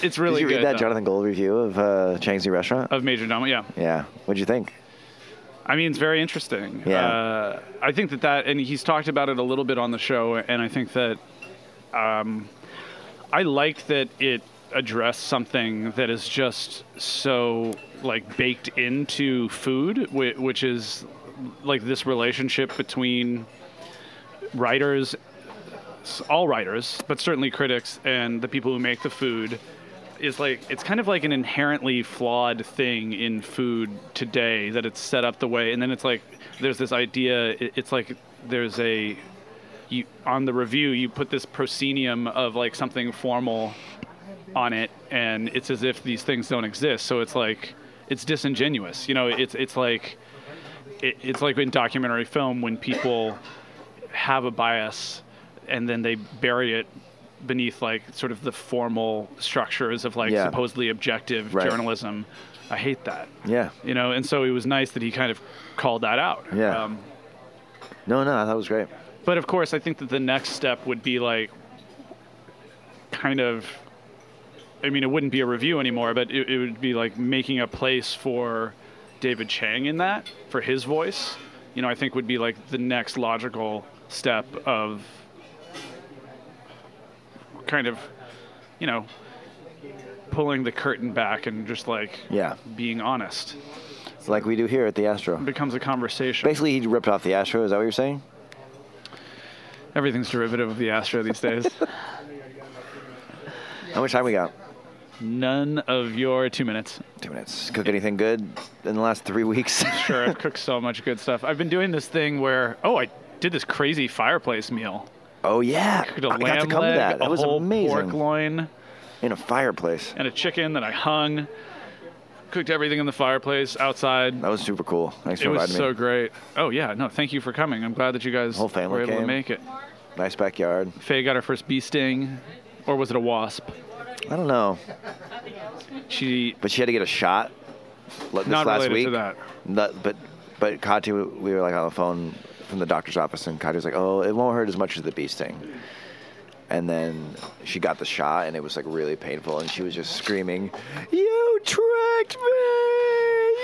it's Did really you good. read that though. Jonathan Gold review of uh, Chang's new restaurant? Of Major Domo, yeah. yeah. What'd you think? I mean, it's very interesting. Yeah. Uh, I think that that, and he's talked about it a little bit on the show, and I think that um, I liked that it addressed something that is just so like baked into food, which, which is like this relationship between writers, s- all writers, but certainly critics and the people who make the food is like it's kind of like an inherently flawed thing in food today that it's set up the way and then it's like there's this idea it- it's like there's a you on the review you put this proscenium of like something formal on it and it's as if these things don't exist so it's like it's disingenuous you know it's it's like it, it's like in documentary film when people have a bias and then they bury it beneath like sort of the formal structures of like Yeah. supposedly objective Right. journalism i hate that Yeah. you know and so it was nice that he kind of called that out Yeah. um, No, no, I thought it was great. but of course, I think that the next step would be like kind of. I mean, it wouldn't be a review anymore, but it, it would be like making a place for David Chang in that, for his voice. You know, I think would be like the next logical step of kind of, you know, pulling the curtain back and just like Yeah. being honest. Like we do here at the It Astro. becomes a conversation. Basically, he ripped off the Astro. Is that what you're saying? Everything's derivative of the Astro these days. How much time we got? None of your two minutes. Two minutes. Cook anything good in the last three weeks? Sure, I've cooked so much good stuff. I've been doing this thing where, oh, I did this crazy fireplace meal. oh yeah, Cooked a I lamb got to come leg, to that. That a was whole amazing. pork loin, in a fireplace. and a chicken that I hung. Cooked everything in the fireplace outside. That was super cool. Thanks It for was inviting so me. great. Oh yeah, no, thank you for coming. I'm glad that you guys Whole family were able to came. make it. Nice backyard. Faye got her first bee sting, or was it a wasp? I don't know, She but she had to get a shot. like, This not last related week. to that. Not- but but Kati, we were like on the phone from the doctor's office, and Kati was like, "Oh, it won't hurt as much as the bee sting." And then she got the shot, and it was like really painful, and she was just screaming, "You tricked me!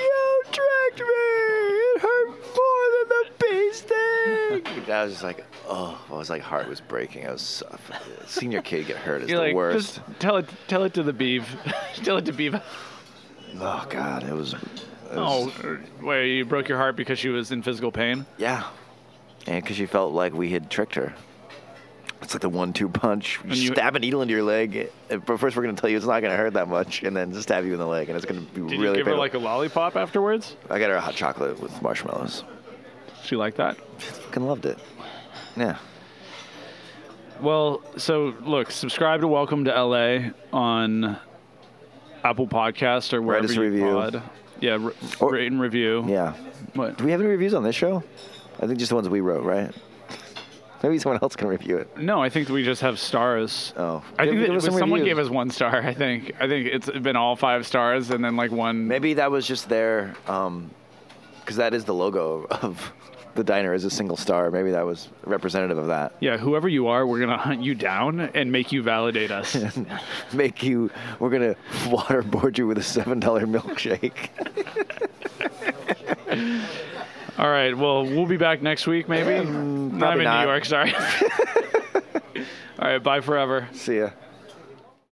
You tricked me! It hurt more than the bee sting!" And I was just like, "Oh," I was like, heart was breaking. I was so, seeing your kid get hurt is You're the like, worst. just tell it, tell it to the beeve, tell it to beeve. Oh God, it was. It was Oh, wait, you broke your heart because she was in physical pain? Yeah. And because she felt like we had tricked her. It's like the one-two punch. You And you- stab a needle into your leg, and- but first we're going to tell you it's not going to hurt that much, and then stab you in the leg, and it's going to be Did really you give her painful. like a lollipop afterwards? I got her a hot chocolate with marshmallows. She liked that. Fucking loved it. Yeah. Well, so look, subscribe to Welcome to LA on Apple Podcast or wherever us a you review. pod. Yeah, re- Or- rate and review. Yeah. What? Do we have any reviews on this show? I think just the ones we wrote, right? Maybe someone else can review it. No, I think we just have stars. Oh. I Give- think that give it us was, some someone reviews. gave us one star. I think I think it's been all five stars and then like one. Maybe that was just their, because that is the logo of the diner is a single star. Maybe that was representative of that. Yeah, whoever you are, we're gonna hunt you down and make you validate us. Make you, we're gonna waterboard you with a seven dollar milkshake. all right. Well, we'll be back next week, maybe. not Um, probably even not. New York. Sorry. all right. Bye forever. See ya.